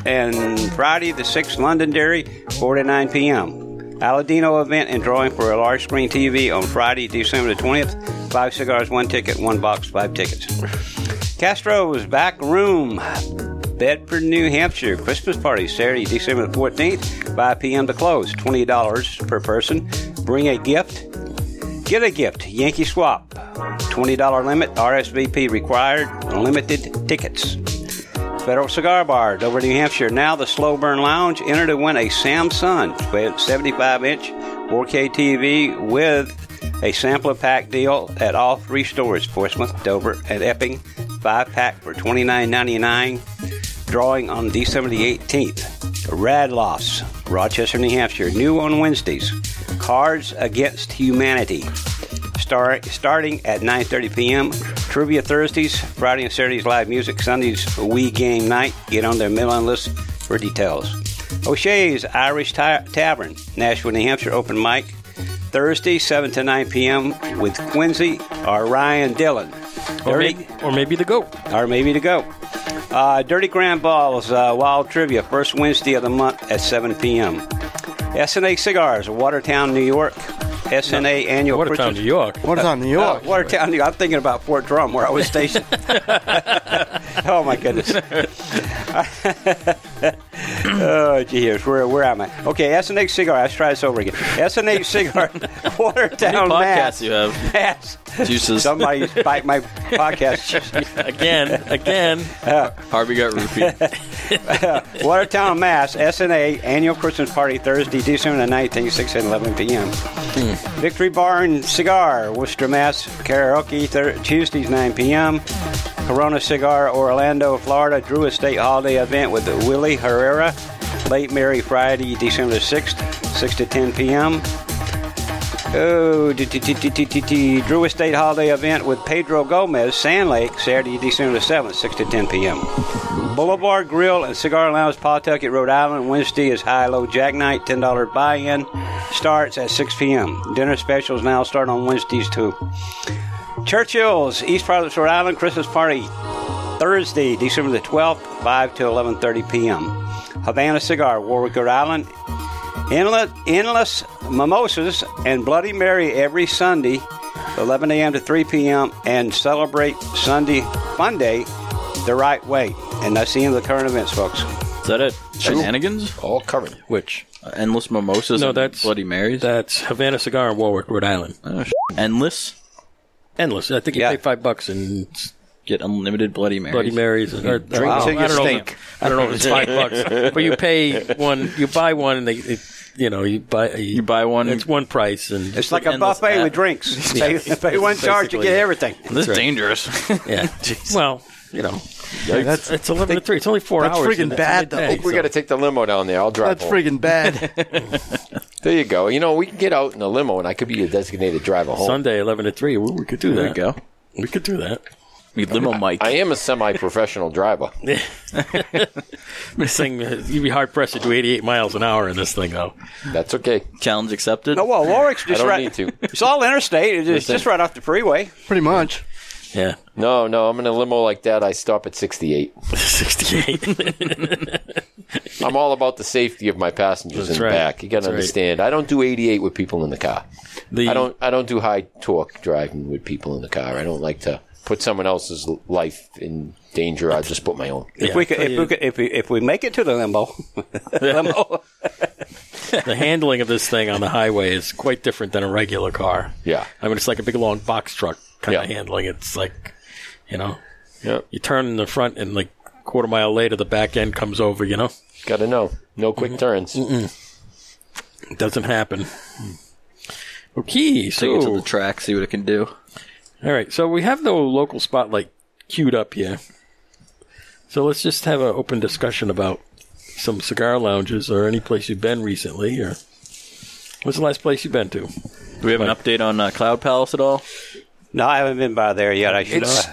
Speaker 6: and Friday the 6th, Londonderry, 4 to 9 p.m. Aladino event and drawing for a large screen TV on Friday, December the 20th. Five cigars, one ticket, one box, five tickets. Castro's Back Room, Bedford, New Hampshire. Christmas party Saturday, December the 14th, 5 p.m. to close. $20 per person. Bring a gift. Get a gift. Yankee Swap. $20 limit. RSVP required. Limited tickets. Federal Cigar Bar, Dover, New Hampshire. Now the Slow Burn Lounge. Enter to win a Samsung 75 inch 4K TV with a sampler pack deal at all three stores Portsmouth, Dover, and Epping. Five pack for $29.99. Drawing on December the 18th. Radloff's, Rochester, New Hampshire. New on Wednesdays. Cards Against Humanity start, starting at 9.30 p.m. Trivia Thursdays, Friday and Saturdays live music, Sundays Wii game night. Get on their mailing list for details. O'Shea's Irish Ta- Tavern, Nashville, New Hampshire, open mic. Thursday, 7 to 9 p.m. with Quincy or Ryan Dillon.
Speaker 3: Or,
Speaker 6: Dirty-
Speaker 3: may- or maybe the goat.
Speaker 6: or maybe to go. Uh, Dirty Grand Balls uh, Wild Trivia, first Wednesday of the month at 7 p.m. SNA Cigars, Watertown, New York. SNA Annual
Speaker 3: What a town,
Speaker 6: Purchase-
Speaker 3: New York.
Speaker 5: What is on New York?
Speaker 6: Oh, Watertown, New York. I'm thinking about Fort Drum, where I was stationed. oh my goodness. oh geez, where where am I? Okay, SNH cigar. Let's try this over again. SNH cigar, Watertown,
Speaker 7: Podcasts
Speaker 6: Mass.
Speaker 7: you have.
Speaker 6: Mass.
Speaker 7: Juices.
Speaker 6: Somebody bite my podcast.
Speaker 7: again, again. Harvey got rupee.
Speaker 6: Watertown, Mass, SNA Annual Christmas Party, Thursday, December the 19th, 6 and 11 p.m. Victory Bar and Cigar, Worcester, Mass, Karaoke, thir- Tuesdays, 9 p.m. Corona Cigar, Orlando, Florida, Drew Estate Holiday Event with Willie Herrera, Late Mary, Friday, December the 6th, 6 to 10 p.m. Oh, t- t- t- t- t- t- t- Drew Estate Holiday Event with Pedro Gomez, Sand Lake, Saturday, December the 7th, 6 to 10 p.m. Boulevard Grill and Cigar Lounge, Pawtucket, Rhode Island. Wednesday is High Low Jack Night. $10 buy in starts at 6 p.m. Dinner specials now start on Wednesdays too. Churchill's, East Providence, Rhode Island. Christmas party Thursday, December the 12th, 5 to 11.30 p.m. Havana Cigar, Warwick, Rhode Island. Endless, endless mimosas and Bloody Mary every Sunday, 11 a.m. to 3 p.m. And celebrate Sunday Fun Day the right way. And that's the end of the current events, folks.
Speaker 7: Is that it? Shenanigans?
Speaker 2: All covered.
Speaker 3: Which?
Speaker 7: Endless mimosas.
Speaker 3: No,
Speaker 7: and
Speaker 3: that's-
Speaker 7: Bloody Marys.
Speaker 3: That's Havana Cigar in Warwick, Rhode Island.
Speaker 7: Oh, sh- Endless.
Speaker 3: Endless. I think you
Speaker 6: Yeah.
Speaker 3: pay five bucks and it's
Speaker 7: Get unlimited Bloody Marys.
Speaker 3: Bloody Marys. Or,
Speaker 2: Drink
Speaker 3: I
Speaker 2: till
Speaker 3: don't
Speaker 2: you
Speaker 3: know if-
Speaker 2: stink.
Speaker 3: I don't know if it's five bucks, but you pay one. You buy one, and they, it, you know, you buy you,
Speaker 7: buy one-
Speaker 3: It's one price, and
Speaker 6: It's like a
Speaker 7: Endless
Speaker 6: buffet
Speaker 7: app.
Speaker 6: with drinks. Pay pay one charge, you
Speaker 3: Basically,
Speaker 6: get
Speaker 3: yeah.
Speaker 6: everything.
Speaker 7: This is dangerous.
Speaker 3: yeah. Well, you know,
Speaker 5: that's
Speaker 3: it's eleven to three. It's only four
Speaker 5: that's
Speaker 3: hours.
Speaker 5: friggin'
Speaker 3: and
Speaker 5: bad,
Speaker 3: only
Speaker 5: though.
Speaker 3: day,
Speaker 2: We
Speaker 3: so-
Speaker 2: got to take the limo down there. I'll drive
Speaker 5: that's
Speaker 2: home.
Speaker 5: friggin' bad.
Speaker 2: There you go. You know, we can get out in a limo, and I could be your designated driver home.
Speaker 3: Sunday, eleven to three. Ooh, we could do
Speaker 7: there
Speaker 3: that.
Speaker 7: you go.
Speaker 3: We could do that.
Speaker 7: We limo Mike.
Speaker 2: I am a semi-professional driver.
Speaker 3: This thing, uh, you'd be hard pressed to do eighty-eight miles an hour in this thing, though.
Speaker 2: That's okay.
Speaker 7: Challenge accepted.
Speaker 6: No, well, Warwick's just
Speaker 2: don't
Speaker 6: right.
Speaker 2: need to.
Speaker 6: It's all interstate. It's just, just right off the freeway.
Speaker 5: Pretty much.
Speaker 3: Yeah,
Speaker 2: No, no, I'm in a limo like that. I stop at 68.
Speaker 3: sixty-eight.
Speaker 2: I'm all about the safety of my passengers in
Speaker 3: That's
Speaker 2: the
Speaker 3: right.
Speaker 2: back. You got
Speaker 3: That's
Speaker 2: to
Speaker 3: right.
Speaker 2: understand. I don't do 88 with people in the car.
Speaker 3: The-
Speaker 2: I don't. I don't do high torque driving with people in the car. I don't like to put someone else's l- life in danger. I just put my own.
Speaker 6: If
Speaker 3: Yeah,
Speaker 6: we could,
Speaker 3: so
Speaker 6: if,
Speaker 3: you-
Speaker 6: we could, if we if we make it to the limbo, limbo.
Speaker 3: the handling of this thing on the highway is quite different than a regular car.
Speaker 2: Yeah.
Speaker 3: I mean, it's like a big long box truck kind
Speaker 2: Yeah.
Speaker 3: of handling. It's like, you know,
Speaker 2: Yep.
Speaker 3: you turn in the front and like quarter mile later the back end comes over. You know,
Speaker 2: Got to know. No
Speaker 3: Mm-hmm.
Speaker 2: quick turns.
Speaker 3: it doesn't happen. Okay,
Speaker 7: Take it to
Speaker 3: so
Speaker 7: the track, see what it can do.
Speaker 3: all right, so we have the local spotlight queued up here. So let's just have an open discussion about some cigar lounges or any place you've been recently, or what's the last place you've been to?
Speaker 7: Do we have an update on uh, Cloud Palace at all?
Speaker 6: No, I haven't been by there yet. I should.
Speaker 2: It's-
Speaker 6: uh,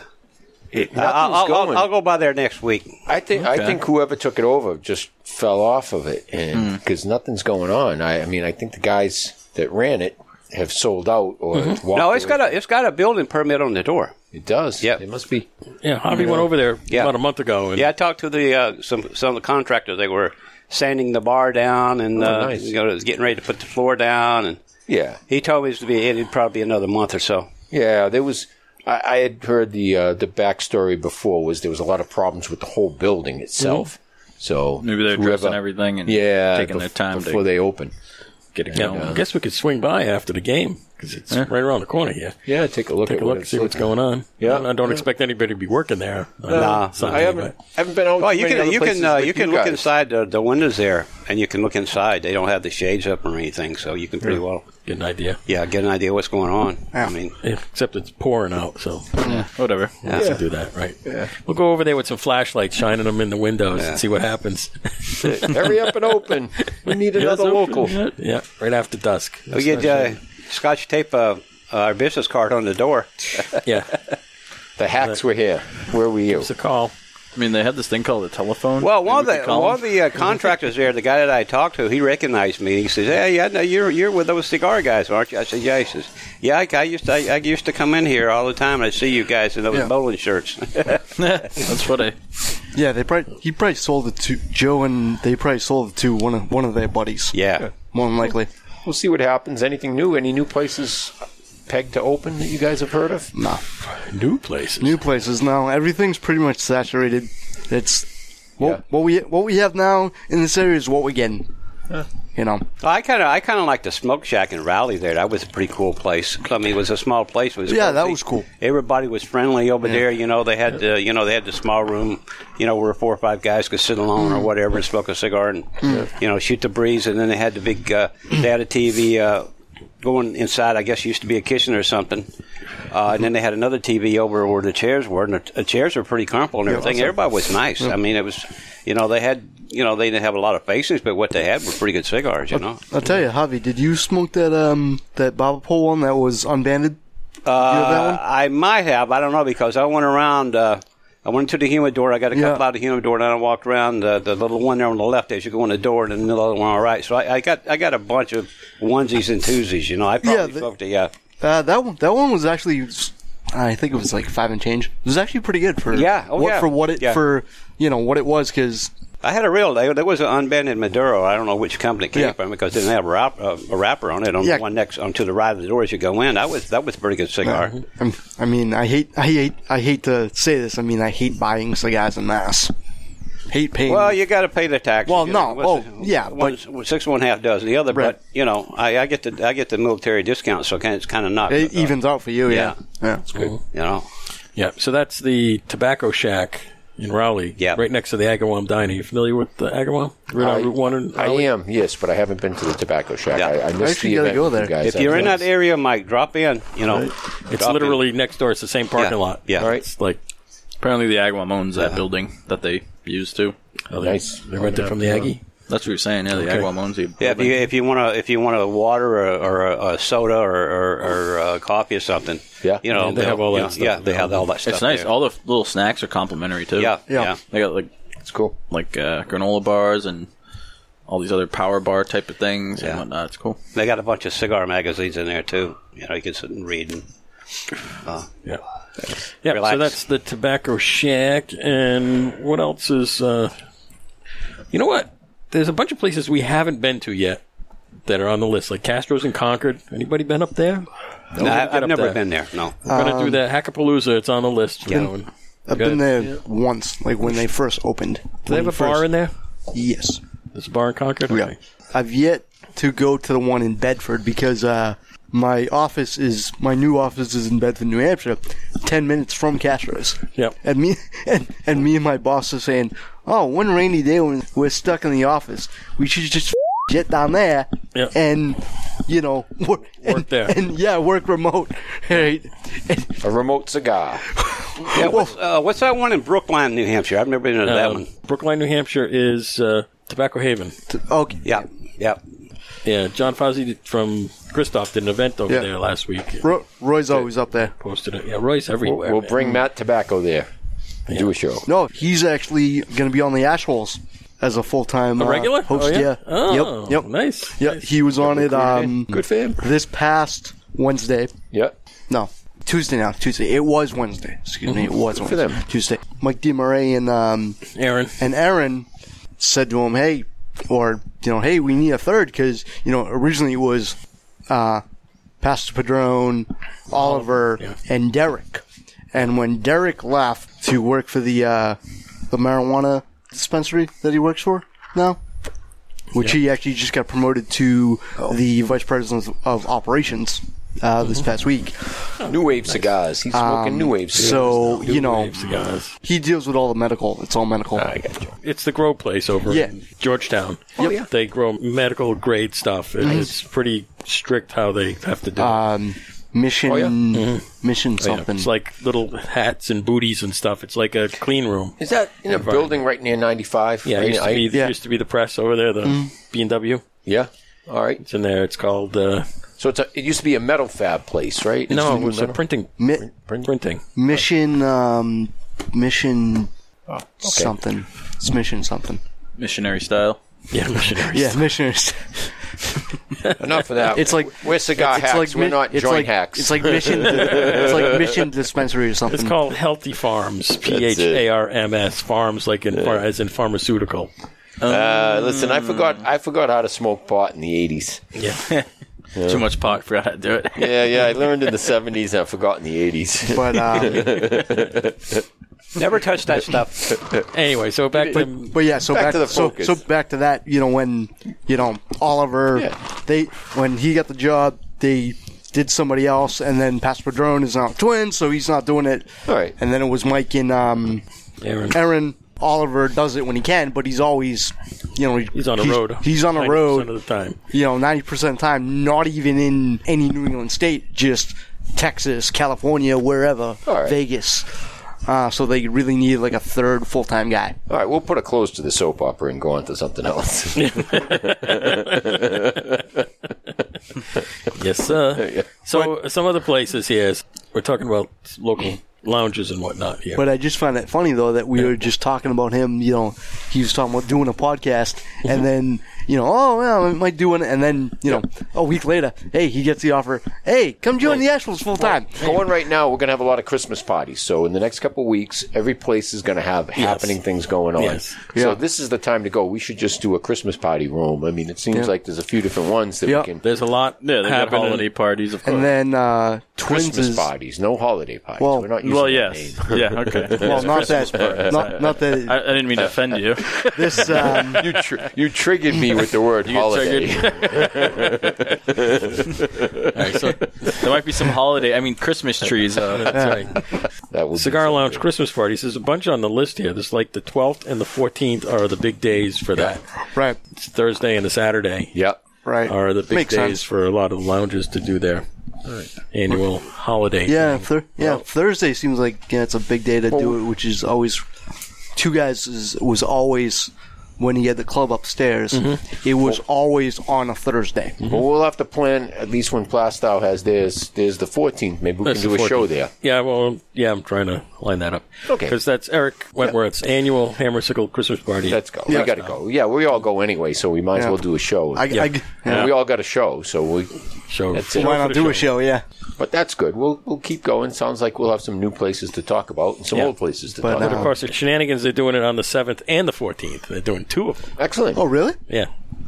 Speaker 2: It,
Speaker 6: I'll,
Speaker 2: nothing's
Speaker 6: I'll,
Speaker 2: going.
Speaker 6: I'll, I'll go by there next week.
Speaker 2: I think I think whoever took it over just fell off of it, and
Speaker 3: Mm.
Speaker 2: because nothing's going on. I, I mean, I think the guys that ran it have sold out or
Speaker 3: Mm-hmm.
Speaker 2: walked
Speaker 6: No, it's
Speaker 2: away.
Speaker 6: got a it's got a building permit on the door.
Speaker 2: It does.
Speaker 6: Yeah.
Speaker 2: it must be.
Speaker 3: Yeah, Javi went over there
Speaker 6: Yeah.
Speaker 3: about a month ago. And
Speaker 6: Yeah, I talked to the uh, some some of the contractors. They were sanding the bar down and
Speaker 2: Oh,
Speaker 6: uh,
Speaker 2: nice.
Speaker 6: you know, getting ready to put the floor down. And
Speaker 2: Yeah,
Speaker 6: he told me it would be it'd probably be another month or so.
Speaker 2: yeah. There was. I, I had heard the uh, the backstory before was there was a lot of problems with the whole building itself. So
Speaker 7: Maybe they're
Speaker 2: whoever-
Speaker 7: addressing everything and
Speaker 2: Yeah,
Speaker 7: taking their
Speaker 2: bef-
Speaker 7: time
Speaker 2: before
Speaker 7: to
Speaker 2: they open.
Speaker 7: get it
Speaker 3: Yeah,
Speaker 7: going.
Speaker 3: I guess we could swing by after the game because it's right around the corner here.
Speaker 2: Yeah, take a look.
Speaker 3: Take
Speaker 2: at
Speaker 3: a
Speaker 2: what
Speaker 3: look,
Speaker 2: it's
Speaker 3: see what's
Speaker 2: looking-
Speaker 3: going on.
Speaker 2: Yeah.
Speaker 3: And I don't expect anybody to be working there. on
Speaker 6: Nah.
Speaker 3: Sunday,
Speaker 2: I haven't,
Speaker 3: but-
Speaker 2: haven't been out.
Speaker 6: Well, Oh, you can you can uh, you can look
Speaker 2: inside.
Speaker 6: inside the, the windows there, and you can look inside. They don't have the shades up or anything, so you can pretty well
Speaker 3: Get an idea.
Speaker 6: yeah get an idea what's going on. I mean,
Speaker 3: Yeah, Except it's pouring out, so
Speaker 7: Whatever.
Speaker 3: we should do that, right? We'll go over there with some flashlights, shining them in the windows, and see what happens.
Speaker 2: Hurry up and open. We need another local.
Speaker 3: yeah, right after dusk.
Speaker 6: we get uh, scotch tape uh, our business card on the door.
Speaker 3: yeah,
Speaker 2: The hacks were here. Where were you?
Speaker 3: it's a call.
Speaker 7: I mean, they had this thing called a telephone.
Speaker 6: Well, one of
Speaker 7: Maybe we
Speaker 6: the
Speaker 7: could call
Speaker 6: one of
Speaker 7: them.
Speaker 6: the uh, contractors there, the guy that I talked to, he recognized me. He says, "Hey, yeah, no, you're you're with those cigar guys, aren't you?" I said, "Yeah." He says, "Yeah, I, I used to I, I used to come in here all the time. and I see you guys in those
Speaker 5: Yeah.
Speaker 6: bowling shirts."
Speaker 7: That's what I.
Speaker 5: Yeah, they probably he probably sold it to Joe, and they probably sold it to one of one of their buddies.
Speaker 6: yeah.
Speaker 5: more than likely.
Speaker 2: We'll see what happens. Anything new? Any new places pegged to open that you guys have heard of?
Speaker 5: No,
Speaker 3: New places.
Speaker 5: new places now. Everything's pretty much saturated. It's what,
Speaker 2: Yeah.
Speaker 5: what we what we have now in this area is what we're getting. You know,
Speaker 6: I kind of I kind of like the smoke shack and rally there. That was a pretty cool place. I mean, it was a small place. It was
Speaker 5: Yeah, that
Speaker 6: cozy.
Speaker 5: was cool.
Speaker 6: Everybody was friendly over there. You know, they had the you know they had the small room. You know, where four or five guys could sit alone or whatever and smoke a cigar and you know shoot the breeze. And then they had the big uh, they had a TV uh, going inside. I guess used to be a kitchen or something. Uh, and then they had another TV over where the chairs were, and the, the chairs were pretty comfortable and everything. Everybody was nice. I mean, it was, you know, they had, you know, they didn't have a lot of faces, but what they had were pretty good cigars. You know,
Speaker 5: I'll tell you, Javi, did you smoke that um that Baba Pole one that was unbanded? you have that
Speaker 6: Uh,
Speaker 5: one?
Speaker 6: I might have. I don't know because I went around. Uh, I went into the humidor. I got a
Speaker 5: Yeah.
Speaker 6: couple out of the humidor, and then I walked around uh, the, the little one there on the left as you go in the door, and then the other one on the right. So I, I got I got a bunch of onesies and twosies. You know, I probably
Speaker 5: Yeah, the-
Speaker 6: smoked a yeah.
Speaker 5: Uh, that one that one was actually I think it was like five and change. It was actually pretty good for
Speaker 6: Yeah, oh,
Speaker 5: what
Speaker 6: yeah.
Speaker 5: for what it
Speaker 6: Yeah.
Speaker 5: for you know what it was because
Speaker 6: I had a real. There there was an unbanded Maduro. I don't know which company it came
Speaker 5: Yeah.
Speaker 6: from because it didn't have a, wrap, uh, a wrapper on it. On
Speaker 5: Yeah.
Speaker 6: the one next on to the right of the door as you go in. That was that was a pretty good cigar.
Speaker 5: uh, I'm, I mean I hate I hate I hate to say this. I mean I hate buying cigars in mass. hate paying.
Speaker 6: Well, you got to pay the tax.
Speaker 5: Well,
Speaker 6: You
Speaker 5: no.
Speaker 6: know, what's
Speaker 5: Oh,
Speaker 6: it-
Speaker 5: yeah,
Speaker 6: one, six one half does the other.
Speaker 5: Right.
Speaker 6: But you know, I, I get the I get the military discount, so kind of, it's kind of not
Speaker 5: It evens out for you, yeah. Yeah.
Speaker 6: You know,
Speaker 3: Yeah, so that's the Tobacco Shack in Raleigh.
Speaker 6: Yeah.
Speaker 3: Right next to the Agawam Diner. You familiar with the Agawam? Right on Route 1 in
Speaker 2: I
Speaker 3: Raleigh?
Speaker 2: am, yes, but I haven't been to the tobacco shack.
Speaker 6: Yeah.
Speaker 2: I, I missed
Speaker 5: actually
Speaker 2: the
Speaker 5: gotta
Speaker 2: event.
Speaker 5: go
Speaker 2: with you
Speaker 5: there.
Speaker 2: guys.
Speaker 6: if you're in that
Speaker 2: That's-
Speaker 6: area, Mike, drop in. You know,
Speaker 3: It's
Speaker 6: drop in.
Speaker 3: literally next door. It's the same parking
Speaker 6: Yeah.
Speaker 3: lot.
Speaker 6: Yeah. All right.
Speaker 3: It's like,
Speaker 7: Apparently, the Agawam owns that building that they used to.
Speaker 3: oh,
Speaker 2: Nice.
Speaker 3: They rented from the Aggie.
Speaker 7: That's what you're saying. Yeah, the Agawam owns the
Speaker 6: Yeah, if you
Speaker 7: building.
Speaker 6: if you want to if you want a water or, or a, a soda or, or, or a coffee or something,
Speaker 2: Yeah.
Speaker 6: you know
Speaker 3: Yeah, they have all that
Speaker 6: you know,
Speaker 3: stuff
Speaker 6: Yeah, they have all that stuff.
Speaker 7: It's nice.
Speaker 6: there.
Speaker 7: All the f- little snacks are complimentary too.
Speaker 6: yeah,
Speaker 5: Yeah.
Speaker 6: yeah,
Speaker 7: They got like
Speaker 2: It's cool.
Speaker 7: like uh, granola bars and all these other power bar type of things
Speaker 6: Yeah.
Speaker 7: and whatnot. It's cool.
Speaker 6: They got a bunch of cigar magazines in there too. You know, you can sit and read. And,
Speaker 3: Yeah. Yeah, so
Speaker 6: Relax.
Speaker 3: that's the Tobacco Shack. And what else is. Uh, you know what? There's a bunch of places we haven't been to yet that are on the list, like Castro's and Concord. Anybody been up there?
Speaker 6: No, I,
Speaker 3: get
Speaker 6: have
Speaker 3: up
Speaker 6: never
Speaker 3: there.
Speaker 6: been there. No.
Speaker 5: Uh,
Speaker 3: We're going to do that. Hackapalooza, it's on the list. for that one.
Speaker 5: I've
Speaker 3: Good.
Speaker 5: been there once, like when they first opened.
Speaker 3: Do they have a bar in there?
Speaker 5: Yes.
Speaker 3: There's a bar in Concord?
Speaker 5: Yeah.
Speaker 3: Okay.
Speaker 5: I've yet to go to the one in Bedford because uh, my office is my new office is in Bedford, New Hampshire, ten minutes from Castro's.
Speaker 3: Yep.
Speaker 5: And me and, and me and my boss are saying, "Oh, one rainy day when we're stuck in the office, we should just get down there
Speaker 3: Yep.
Speaker 5: and." You know, work, and,
Speaker 3: there.
Speaker 5: and yeah, work remote. Right? And,
Speaker 2: A remote cigar.
Speaker 6: Yeah, what's, uh, what's that one in Brookline, New Hampshire? I've never been to that
Speaker 3: Um,
Speaker 6: one.
Speaker 3: Brookline, New Hampshire is uh, Tobacco Haven.
Speaker 5: okay,
Speaker 6: Yeah, yeah.
Speaker 3: Yeah, John Fozzie from Christoph did an event over
Speaker 5: Yeah.
Speaker 3: there last week.
Speaker 5: Ro- Roy's always up there.
Speaker 3: Posted it. Yeah, Roy's everywhere.
Speaker 2: We'll
Speaker 3: man.
Speaker 2: bring Matt Tobacco there. and Do a show.
Speaker 5: No, he's actually going to be on the Ashholes as a full time
Speaker 3: a regular
Speaker 5: host.
Speaker 3: Oh, yeah. Oh,
Speaker 5: Yep. Yep.
Speaker 3: Nice.
Speaker 5: Yeah, he was on it um,
Speaker 2: Good for him.
Speaker 5: this past Wednesday.
Speaker 2: Yeah.
Speaker 5: No, Tuesday now. Tuesday. It was Wednesday. Excuse me. It was Wednesday.
Speaker 2: Mm-hmm. them.
Speaker 5: Tuesday. Mike DiMarais and um,
Speaker 3: Aaron.
Speaker 5: and Aaron said to him, "Hey, or you know, hey, we need a third because you know originally it was uh, Pastor Padron, Oliver, and Derek, and when Derek left to work for the uh, the marijuana dispensary that he works for now." Which he actually just got promoted to the vice president of operations uh, this past week.
Speaker 2: New Wave cigars. He's smoking New Wave cigars.
Speaker 5: Um, So you know
Speaker 3: Cigars.
Speaker 5: he deals with all the medical. It's all medical.
Speaker 2: I got you.
Speaker 3: It's the grow place over
Speaker 5: Yeah. Oh,
Speaker 3: in Georgetown. Yep. They grow medical grade stuff. and It's pretty strict how they have to do it.
Speaker 5: um, mission
Speaker 2: Oh, yeah?
Speaker 5: mission
Speaker 3: Mm-hmm. Oh, Yeah,
Speaker 5: something.
Speaker 3: It's like little hats and booties and stuff. It's like a clean room.
Speaker 2: Is that in a building right near 95?
Speaker 3: Yeah,
Speaker 2: I,
Speaker 3: it used to
Speaker 2: I-
Speaker 3: be,
Speaker 5: yeah. Mm.
Speaker 3: used to be the press over there, the B&W.
Speaker 2: yeah. All right.
Speaker 3: It's in there. It's called, uh,
Speaker 2: So it's a, it used to be a metal fab place, right?
Speaker 3: no,
Speaker 2: Used
Speaker 3: it
Speaker 2: to
Speaker 3: was
Speaker 2: do
Speaker 3: a
Speaker 2: metal?
Speaker 3: printing.
Speaker 5: Mi-
Speaker 3: Printing.
Speaker 5: mission um, mission
Speaker 2: Oh,
Speaker 5: something. It's mission something.
Speaker 7: Missionary style.
Speaker 3: Yeah, missionaries.
Speaker 5: Yeah, missionaries.
Speaker 2: Enough of that.
Speaker 5: It's like
Speaker 2: we're cigar
Speaker 5: it's
Speaker 2: hacks.
Speaker 5: like
Speaker 2: we're
Speaker 5: mi-
Speaker 2: not
Speaker 5: it's
Speaker 2: joint
Speaker 5: like,
Speaker 2: hacks.
Speaker 5: It's like mission. it's like mission dispensary or something.
Speaker 3: It's called Healthy Farms. P H A R M S. Farms, like in far, as in pharmaceutical.
Speaker 2: uh, listen, I forgot. I forgot how to smoke pot in the 80s.
Speaker 7: Too much pot. Forgot how to do it.
Speaker 2: Yeah, yeah. I learned in the 70s. and I forgot in the 80s.
Speaker 5: but uh,
Speaker 6: Never touched that stuff.
Speaker 3: Anyway, so back to
Speaker 5: but yeah, so
Speaker 2: Back
Speaker 5: back,
Speaker 2: to the
Speaker 5: so,
Speaker 2: focus.
Speaker 5: so back to that. You know when you know Oliver,
Speaker 2: Yeah.
Speaker 5: they when he got the job, they did somebody else, and then Pastor Padron is now twins, so he's not doing it.
Speaker 2: All right.
Speaker 5: And then it was Mike and um,
Speaker 3: Aaron.
Speaker 5: Aaron Oliver does it when he can, but he's always, you know, he-
Speaker 3: He's on a road.
Speaker 5: He's on a
Speaker 3: 90%
Speaker 5: road.
Speaker 3: of the time.
Speaker 5: you know, ninety percent of the time, not even in any New England state, just Texas, California, wherever,
Speaker 2: All right.
Speaker 5: Vegas. Uh, so they really need like a third full time guy.
Speaker 2: All right, we'll put a close to the soap opera and go on to something else.
Speaker 3: Yes, sir. So some other places here, is- we're talking about local lounges and whatnot here.
Speaker 5: But I just find it funny though that we were just talking about him. You know, he was talking about doing a podcast,
Speaker 3: Mm-hmm.
Speaker 5: and then you know, oh well, I might do one, and then you know, a week later, hey, he gets the offer, hey, come join the Ashwells full time.
Speaker 2: Going right now, we're going to have a lot of Christmas parties. So in the next couple of weeks, every place is going to have happening things going on.
Speaker 3: Yes.
Speaker 2: So this is the time to go. We should just do a Christmas party room. I mean, it seems like there's a few different ones that
Speaker 5: Yep.
Speaker 2: we can.
Speaker 3: There's a lot
Speaker 7: Yeah, they got
Speaker 3: happening.
Speaker 7: holiday parties, of course.
Speaker 5: And then uh, Twins
Speaker 2: Christmas
Speaker 5: is
Speaker 2: parties, no holiday parties.
Speaker 5: Well-
Speaker 2: We're not using
Speaker 7: Well,
Speaker 2: that
Speaker 7: yes.
Speaker 2: name.
Speaker 7: Yeah, okay.
Speaker 5: well, not that, not, not
Speaker 7: I,
Speaker 5: that
Speaker 7: I didn't mean to offend you.
Speaker 5: this. Um,
Speaker 2: You tr- you triggered me with the word
Speaker 7: You
Speaker 2: holiday.
Speaker 7: triggered. All right, so there might be some holiday. I mean, Christmas trees. Uh,
Speaker 3: That's right.
Speaker 2: That would be
Speaker 3: Cigar
Speaker 2: something.
Speaker 3: Lounge Christmas parties. There's a bunch on the list here. There's like the 12th and the 14th are the big days for that.
Speaker 5: right,
Speaker 3: It's Thursday and the Saturday
Speaker 2: Yep.
Speaker 5: right.
Speaker 3: are the big
Speaker 5: Makes
Speaker 3: days
Speaker 5: sense.
Speaker 3: for a lot of lounges to do their annual holiday.
Speaker 5: Yeah, thur- yeah. Thursday seems like yeah, it's a big day to do it, which is always two guys is, was always when he had the club upstairs.
Speaker 3: Mm-hmm.
Speaker 5: It was always on a Thursday.
Speaker 2: Well, we'll have to plan at least when Plastow has theirs. There's the 14th. Maybe we
Speaker 3: That's
Speaker 2: can
Speaker 3: the
Speaker 2: do a show
Speaker 3: 14th.
Speaker 2: there.
Speaker 3: Yeah, well, yeah, I'm trying to line that up.
Speaker 2: Okay.
Speaker 3: Because that's Eric Wentworth's annual Hammersickle Christmas party.
Speaker 2: Let's go. We got to go. Yeah, we all go anyway, so we might as
Speaker 5: Yeah.
Speaker 2: well do a show.
Speaker 5: I, I-
Speaker 2: And we all got a show, so we.
Speaker 3: show.
Speaker 2: That's it.
Speaker 5: why not do a show? Yeah,
Speaker 2: But that's good. We'll we'll keep going. Sounds like we'll have some new places to talk about and some
Speaker 3: Yeah.
Speaker 2: old places to
Speaker 5: But,
Speaker 2: talk
Speaker 5: uh,
Speaker 3: But
Speaker 2: about.
Speaker 3: of course, at Shenanigans, they're doing it on the 7th and the 14th. They're doing two of them.
Speaker 2: Excellent.
Speaker 5: Oh, really?
Speaker 3: Yeah.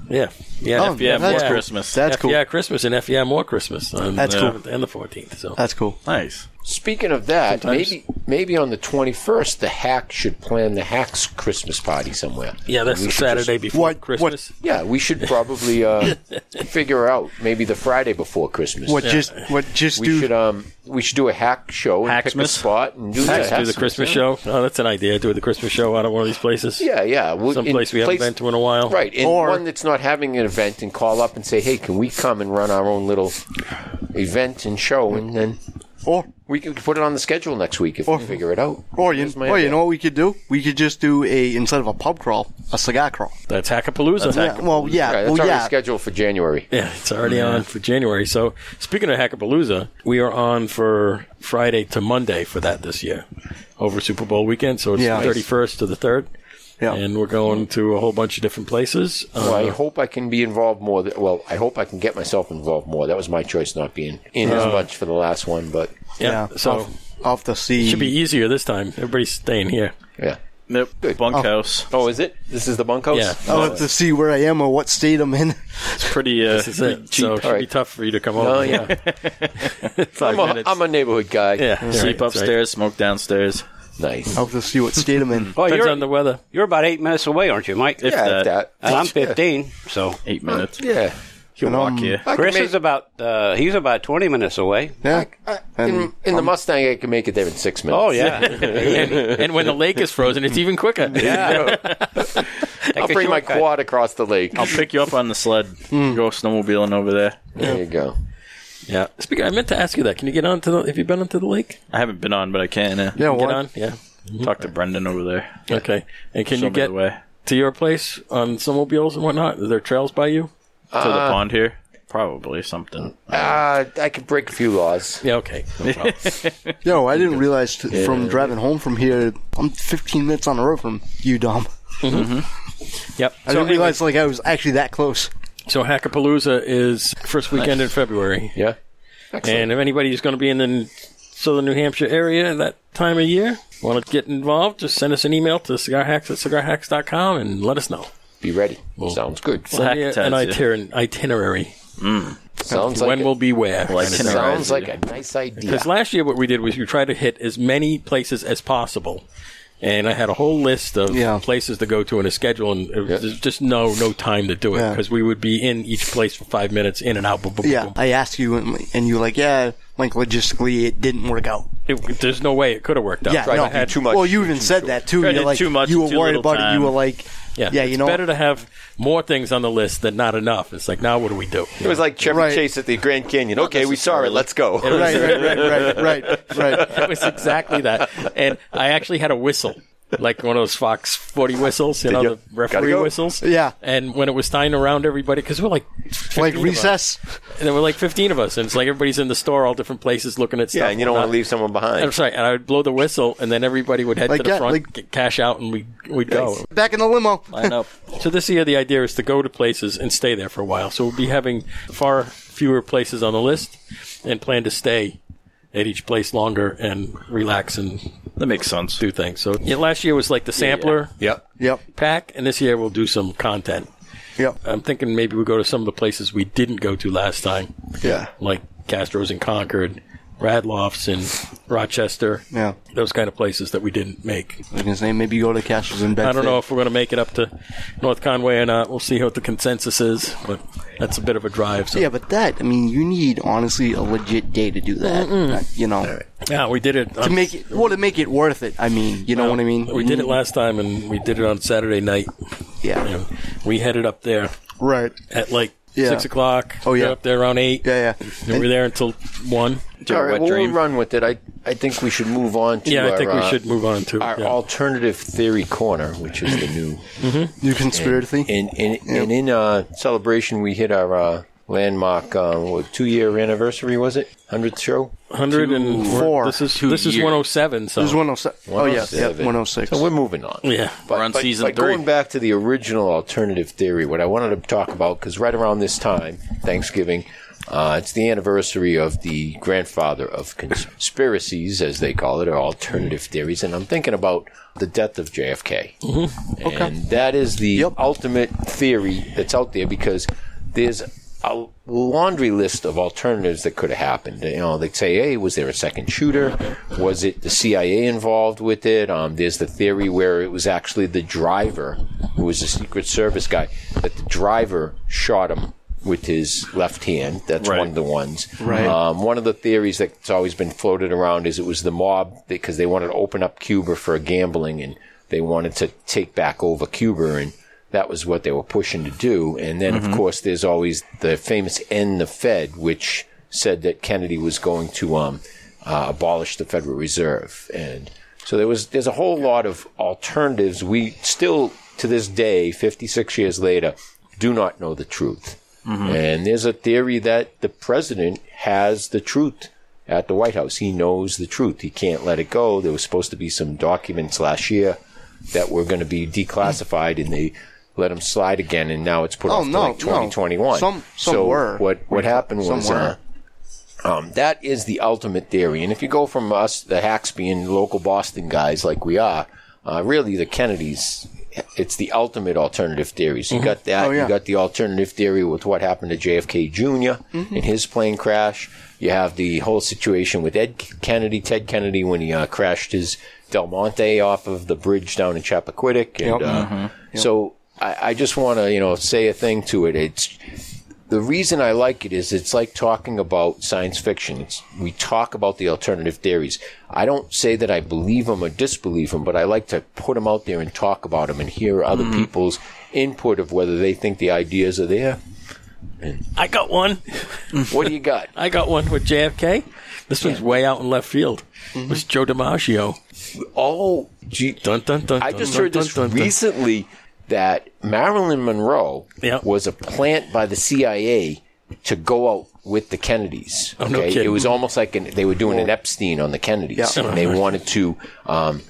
Speaker 3: Yeah. Yeah.
Speaker 5: Oh,
Speaker 7: yeah, more
Speaker 5: that's cool.
Speaker 7: Christmas.
Speaker 5: That's cool.
Speaker 3: Yeah, Christmas and FEI more Christmas on
Speaker 5: That's
Speaker 3: the
Speaker 5: cool. Uh,
Speaker 3: 7th and the 14th. So
Speaker 5: That's cool.
Speaker 7: nice.
Speaker 2: Speaking of that,
Speaker 3: Sometimes-
Speaker 2: maybe maybe on the 21st, the hack should plan the hack's Christmas party somewhere.
Speaker 3: yeah, that's
Speaker 2: We
Speaker 3: the
Speaker 2: should just-
Speaker 3: Saturday before
Speaker 5: What- what-
Speaker 3: Christmas.
Speaker 2: yeah, we should probably uh, figure out maybe the Friday before Christmas.
Speaker 5: What just what just
Speaker 2: we
Speaker 5: do?
Speaker 2: should um we should do a hack show and pick a
Speaker 7: Hacksmas?
Speaker 2: spot and do,
Speaker 3: Let's
Speaker 2: yeah,
Speaker 3: do the
Speaker 2: Hacksmas,
Speaker 3: Christmas
Speaker 2: yeah.
Speaker 3: show. Oh, that's an idea. Do the Christmas show out at one of these places.
Speaker 2: Yeah, yeah. We'll,
Speaker 3: Some
Speaker 2: in
Speaker 3: place we haven't
Speaker 2: place-
Speaker 3: been to in a while.
Speaker 2: Right, and
Speaker 5: Or-
Speaker 2: one that's not having an event, and call up and say, "Hey, can we come and run our own little event and show?" And then
Speaker 5: or
Speaker 2: we can put it on the schedule next week if we figure it out.
Speaker 5: or oh, you,
Speaker 2: Here's my
Speaker 5: or you
Speaker 2: idea.
Speaker 5: know what we could do? We could just do a instead of a pub crawl, a cigar crawl.
Speaker 3: That's Hackapalooza.
Speaker 5: Yeah, well, yeah,
Speaker 2: Right, that's
Speaker 5: well,
Speaker 2: already
Speaker 5: yeah.
Speaker 2: scheduled for January.
Speaker 3: Yeah, it's already on for January. So, speaking of Hackapalooza, we are on for Friday to Monday for that this year over Super Bowl weekend. So it's
Speaker 5: Yeah.
Speaker 3: the 31st to the 3rd.
Speaker 5: Yeah.
Speaker 3: And we're going to a whole bunch of different places.
Speaker 2: Well, I
Speaker 3: Uh,
Speaker 2: hope I can be involved more. Th- well, I hope I can get myself involved more. That was my choice, not being in as much for the last one, but
Speaker 3: yeah, So,
Speaker 5: off, off the sea.
Speaker 3: should be easier this time. Everybody's staying here.
Speaker 2: yeah.
Speaker 7: Nope. Bunkhouse.
Speaker 2: Oh, is it? This is the bunkhouse.
Speaker 3: Yeah.
Speaker 5: I'll have to see where I am or what state I'm in.
Speaker 7: It's pretty. Uh,
Speaker 3: That's it.
Speaker 7: cheap.
Speaker 3: So, it should be
Speaker 2: Alright.
Speaker 3: tough for you to come over.
Speaker 2: Oh yeah. I'm
Speaker 7: Five
Speaker 2: a,
Speaker 7: minutes.
Speaker 2: I'm a neighborhood guy.
Speaker 3: Yeah.
Speaker 7: Sleep
Speaker 3: Right,
Speaker 7: upstairs, smoke downstairs.
Speaker 2: Nice.
Speaker 5: I'll have to see what state I'm in.
Speaker 6: Well,
Speaker 7: Oh,
Speaker 3: Right. Depends
Speaker 6: you're,
Speaker 3: on the weather.
Speaker 6: you're about eight minutes away, aren't you, Mike?
Speaker 7: If
Speaker 2: yeah,
Speaker 7: that,
Speaker 2: that.
Speaker 6: And Uh, I'm 15, so
Speaker 7: eight minutes.
Speaker 2: Yeah.
Speaker 7: You'll
Speaker 5: um,
Speaker 7: walk you.
Speaker 2: I can
Speaker 6: Chris
Speaker 2: make-
Speaker 6: is about uh, he's about 20 minutes away.
Speaker 5: Yeah.
Speaker 2: I- in, in the Mustang, I can make it there in six minutes.
Speaker 6: Oh yeah,
Speaker 3: and, and when the lake is frozen, it's even quicker.
Speaker 6: yeah.
Speaker 2: I'll bring my quad across the lake.
Speaker 7: I'll pick you up on the sled.
Speaker 3: Hmm.
Speaker 7: Go snowmobiling over there.
Speaker 2: There you go.
Speaker 3: yeah. Speaking, I meant to ask you that. Can you get on to the? Have you been onto the lake?
Speaker 7: I haven't been on, but I can. Uh,
Speaker 5: Yeah,
Speaker 3: Get
Speaker 5: what?
Speaker 3: on. Yeah.
Speaker 7: Talk to Brendan over there.
Speaker 3: Okay. And can
Speaker 7: Show
Speaker 3: you
Speaker 7: me
Speaker 3: get
Speaker 7: the way
Speaker 3: to your place on snowmobiles and whatnot? Are there trails by you?
Speaker 7: to
Speaker 3: uh,
Speaker 7: the pond here? Probably something.
Speaker 2: Uh, I could break a few laws.
Speaker 3: Yeah, okay. No problem.
Speaker 5: Yo, I didn't realize t- from driving home from here, I'm 15 minutes on the road from you, Dom.
Speaker 3: yep.
Speaker 5: I didn't realize like I was actually that close.
Speaker 3: so Hackapalooza is first weekend in February.
Speaker 2: Yeah.
Speaker 3: And if anybody's going to be in the southern New Hampshire area that time of year, want to get involved, just send us an email to cigarhacks at cigarhacks.com and let us know.
Speaker 2: Be ready. Sounds good.
Speaker 3: Send me
Speaker 7: hack
Speaker 3: an
Speaker 7: tells
Speaker 3: itinerary. itinerary.
Speaker 2: Sounds like
Speaker 3: when
Speaker 2: a,
Speaker 3: we'll be where.
Speaker 7: Like-
Speaker 2: sounds like a nice idea.
Speaker 3: Because last year, what we did was we tried to hit as many places as possible. And I had a whole list of
Speaker 5: Yeah.
Speaker 3: places to go to and a schedule, and it was-
Speaker 2: Yeah.
Speaker 3: there's just no no time to do it
Speaker 5: Yeah.
Speaker 3: because we would be in each place for five minutes, in and out. Boom, boom, boom,
Speaker 5: Yeah,
Speaker 3: boom.
Speaker 5: I asked you, and, and you were like, yeah, like logistically, it didn't work out.
Speaker 3: It- there's no way it could have worked out.
Speaker 5: Yeah,
Speaker 3: I
Speaker 5: no,
Speaker 3: had-
Speaker 2: too much.
Speaker 5: Well, you even said that too.
Speaker 7: Right,
Speaker 5: You're
Speaker 7: did
Speaker 5: like,
Speaker 7: too much
Speaker 5: you
Speaker 7: in
Speaker 5: were
Speaker 7: too
Speaker 5: worried
Speaker 7: little
Speaker 5: about it. You
Speaker 7: time.
Speaker 5: were like,
Speaker 3: yeah,
Speaker 5: yeah, you
Speaker 3: it's
Speaker 5: know,
Speaker 3: better to have more things on the list than not enough. It's like now, what do we do?
Speaker 2: It was like Chevy
Speaker 5: Right.
Speaker 2: Chase at the Grand Canyon. Okay, we saw it. Let's go.
Speaker 5: right, right, right, right, right, right.
Speaker 3: It was exactly that, and I actually had a whistle. Like one of those Fox 40 whistles, you know,
Speaker 2: you-
Speaker 3: the referee
Speaker 2: go?
Speaker 3: whistles.
Speaker 5: Yeah.
Speaker 3: And when it was time to round everybody, because we're like, 15
Speaker 5: Like
Speaker 3: of us.
Speaker 5: recess.
Speaker 3: And there were like 15 of us, and it's like everybody's in the store, all different places, looking at stuff.
Speaker 2: Yeah, and you don't want to
Speaker 3: whatnot.
Speaker 2: leave someone
Speaker 3: I'm
Speaker 2: behind.
Speaker 3: sorry, and I would blow the whistle, and then everybody would head
Speaker 5: Like
Speaker 3: to the
Speaker 5: that,
Speaker 3: front,
Speaker 5: like-
Speaker 3: get cash out, and we, we'd go.
Speaker 5: Back in the limo.
Speaker 7: Line up.
Speaker 3: So this year, the idea is to go to places and stay there for a while. So we'll be having far fewer places on the list and plan to stay at each place longer and relax and
Speaker 7: That makes sense.
Speaker 3: do things. So yeah, last year was like the sampler
Speaker 2: Yep.
Speaker 5: Yep,
Speaker 3: pack, and this year we'll do some content.
Speaker 5: yep,
Speaker 3: I'm thinking maybe we go to some of the places we didn't go to last time.
Speaker 5: yeah.
Speaker 3: like Castro's in Concord Radloff's in Rochester.
Speaker 5: Yeah.
Speaker 3: Those kind of places that we didn't make.
Speaker 5: I was gonna say maybe you go to Castles in Bedford.
Speaker 3: I don't know if we're going to make it up to North Conway or not. We'll see what the consensus is, but that's a bit of a drive. So.
Speaker 5: Yeah, but that I mean, you need honestly a legit day to do that. Not- You know,
Speaker 3: Yeah, we did it.
Speaker 5: to make it well to make it worth it. I mean, you know what I mean. Mm,
Speaker 3: We did it last time, and we did it on Saturday night.
Speaker 5: Yeah.
Speaker 3: You know, we headed up there
Speaker 5: Right.
Speaker 3: at like
Speaker 5: Yeah.
Speaker 3: six o'clock.
Speaker 5: Oh, yeah.
Speaker 3: Got up there around eight.
Speaker 5: Yeah, yeah.
Speaker 3: And we were there until one.
Speaker 7: Do you
Speaker 2: All
Speaker 7: have a
Speaker 2: right,
Speaker 7: wet
Speaker 2: well,
Speaker 7: dream?
Speaker 2: we'll run with it. I, I think we should move on to
Speaker 3: Yeah,
Speaker 2: our,
Speaker 3: I think we
Speaker 2: uh,
Speaker 3: should move on to
Speaker 2: our
Speaker 3: yeah.
Speaker 2: alternative theory corner, which is the new
Speaker 5: New conspiracy.
Speaker 2: And and, and in uh, celebration, we hit our uh, landmark uh, what, two year anniversary. Was it hundredth show?
Speaker 3: hundred and
Speaker 5: four.
Speaker 3: This is
Speaker 7: Two
Speaker 3: this is
Speaker 7: year.
Speaker 3: one oh seven. So
Speaker 5: There's 106. Oh yeah, yeah,
Speaker 2: 107.
Speaker 5: 106.
Speaker 2: So we're moving on.
Speaker 3: yeah,
Speaker 7: We're on season
Speaker 2: but
Speaker 7: three.
Speaker 2: Going back to the original alternative theory, what I wanted to talk about because right around this time, Thanksgiving, uh, it's the anniversary of the grandfather of conspiracies, as they call it, or alternative theories, and I'm thinking about the death of JFK, mm-hmm. and that is the ultimate theory that's out there because there's a laundry list of alternatives that could have happened. You know, they say, hey, was there a second shooter? Was it the CIA involved with it? Um, there's the theory where it was actually the driver, who was a Secret Service guy, that the driver shot him with his left hand. That's one of the ones. Right. Um, one of the theories that's always been floated around is it was the mob because they wanted to open up Cuba for gambling and they wanted to take back over Cuba and that was what they were pushing to do. And then, of course, there's always the famous end the Fed, which said that Kennedy was going to um, uh, abolish the Federal Reserve. And so there was there's a whole lot of alternatives. We still, to this day, 56 years later, do not know the truth.
Speaker 5: Mm-hmm.
Speaker 2: And there's a theory that the president has the truth at the White House. He knows the truth. He can't let it go. There was supposed to be some documents last year that were going to be declassified, and they let them slide again, and now it's put off
Speaker 5: Oh, no,
Speaker 2: to like
Speaker 5: no.
Speaker 2: 2021.
Speaker 5: Some- some
Speaker 2: so
Speaker 5: were.
Speaker 2: What what happened
Speaker 5: Some
Speaker 2: was uh,
Speaker 5: were.
Speaker 2: um, that is the ultimate theory. And if you go from us, the hacks being local Boston guys like we are, uh, really the Kennedys, it's the ultimate alternative theories. You got that.
Speaker 5: Oh, yeah.
Speaker 2: You got the alternative theory with what happened to JFK junior
Speaker 5: Mm-hmm.
Speaker 2: in his plane crash. You have the whole situation with Ed Kennedy, Ted Kennedy, when he uh, crashed his Del Monte off of the bridge down in Chappaquiddick. And,
Speaker 5: Yep.
Speaker 2: uh, So I, I just want to, you know, say a thing to it. It's the reason I like it is it's like talking about science fiction. It's, we talk about the alternative theories. I don't say that I believe them or disbelieve them, but I like to put them out there and talk about them and hear other
Speaker 3: Mm-hmm.
Speaker 2: people's input of whether they think the ideas are there.
Speaker 3: I got one.
Speaker 2: What do you got?
Speaker 3: I got one with JFK. This one's way out in left field.
Speaker 2: Mm-hmm.
Speaker 3: It was Joe DiMaggio.
Speaker 2: oh, gee,
Speaker 3: Dun dun dun.
Speaker 2: I
Speaker 3: dun,
Speaker 2: just
Speaker 3: dun,
Speaker 2: heard
Speaker 3: dun,
Speaker 2: this
Speaker 3: dun, dun.
Speaker 2: recently that Marilyn Monroe
Speaker 3: Yeah.
Speaker 2: was a plant by the CIA to go out with the Kennedys.
Speaker 3: Oh, no kidding.
Speaker 2: it was almost like an, they were doing an Epstein on the Kennedys,
Speaker 5: Yeah.
Speaker 2: and they wanted to. Um,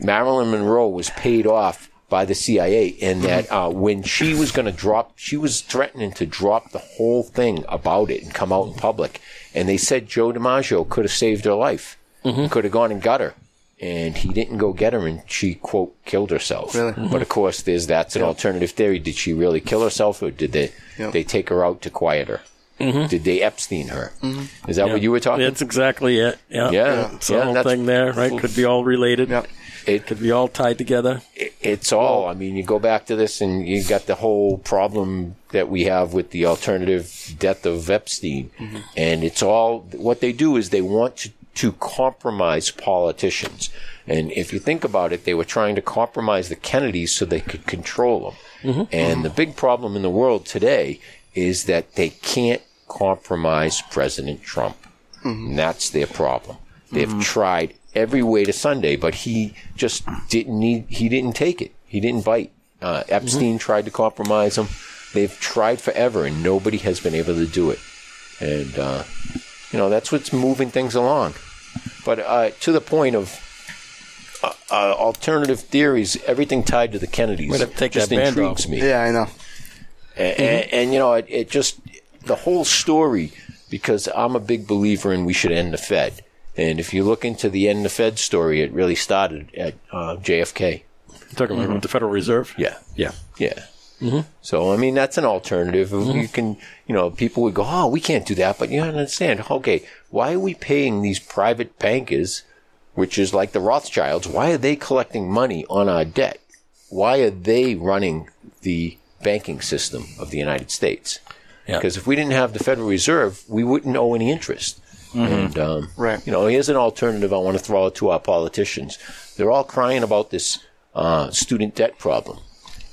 Speaker 2: Marilyn Monroe was paid off by the CIA, and that uh, when she was going to drop, she was threatening to drop the whole thing about it and come out in public. And they said Joe DiMaggio could have saved her life,
Speaker 5: Mm-hmm.
Speaker 2: could have gone and got her. And he didn't go get her, and she quote killed herself.
Speaker 5: Really?
Speaker 2: But of course, there's that's an alternative theory. Did she really kill herself, or did they
Speaker 5: Yeah. Mm-hmm.
Speaker 2: they take her out to quiet her? Did they Epstein her? Is that what you were talking?
Speaker 3: That's exactly it. Yeah.
Speaker 2: Yeah.
Speaker 3: It's the
Speaker 2: Yeah,
Speaker 3: whole
Speaker 2: that's-
Speaker 3: thing there, right? Could be all related.
Speaker 5: Yep.
Speaker 2: It-
Speaker 3: Could be all tied together.
Speaker 2: It- it's all. I mean, you go back to this, and you got the whole problem that we have with the alternative death of Epstein, and it's all what they do is they want to, to compromise politicians. And if you think about it, they were trying to compromise the Kennedys so they could control them. And the big problem in the world today is that they can't compromise President Trump. And Mm-hmm. that's their problem. They've
Speaker 3: Mm-hmm.
Speaker 2: tried every way to Sunday, but he just didn't need. He didn't take it. He didn't bite. Uh,
Speaker 3: Mm-hmm.
Speaker 2: Epstein tried to compromise him. They've tried forever, and nobody has been able to do it. And uh, you know that's what's moving things along. But uh, to the point of. Uh, uh, alternative theories, everything tied to the Kennedys,
Speaker 3: We'd have to take
Speaker 2: just
Speaker 3: that band
Speaker 2: intrigues
Speaker 3: off.
Speaker 2: me.
Speaker 5: Yeah, I know.
Speaker 2: A- and, and you know it, it just the whole story because i'm a big believer in we should end the fed and if you look into the end the fed story it really started at uh, jfk
Speaker 3: Mm-hmm. You're talking about the Federal Reserve.
Speaker 2: yeah Mm-hmm.
Speaker 3: Yeah.
Speaker 2: yeah So I mean, that's an alternative. You can, you know, people would go, "Oh, we can't do that," but you don't understand. Okay, why are we paying these private bankers, which is like the Rothschilds? Why are they collecting money on our debt? Why are they running the banking system of the United States?
Speaker 9: Yeah.
Speaker 2: Because if we didn't have the Federal Reserve, we wouldn't owe any interest. And um,
Speaker 5: Right.
Speaker 2: you know, here's an alternative I want to throw out to our politicians. They're all crying about this uh, student debt problem.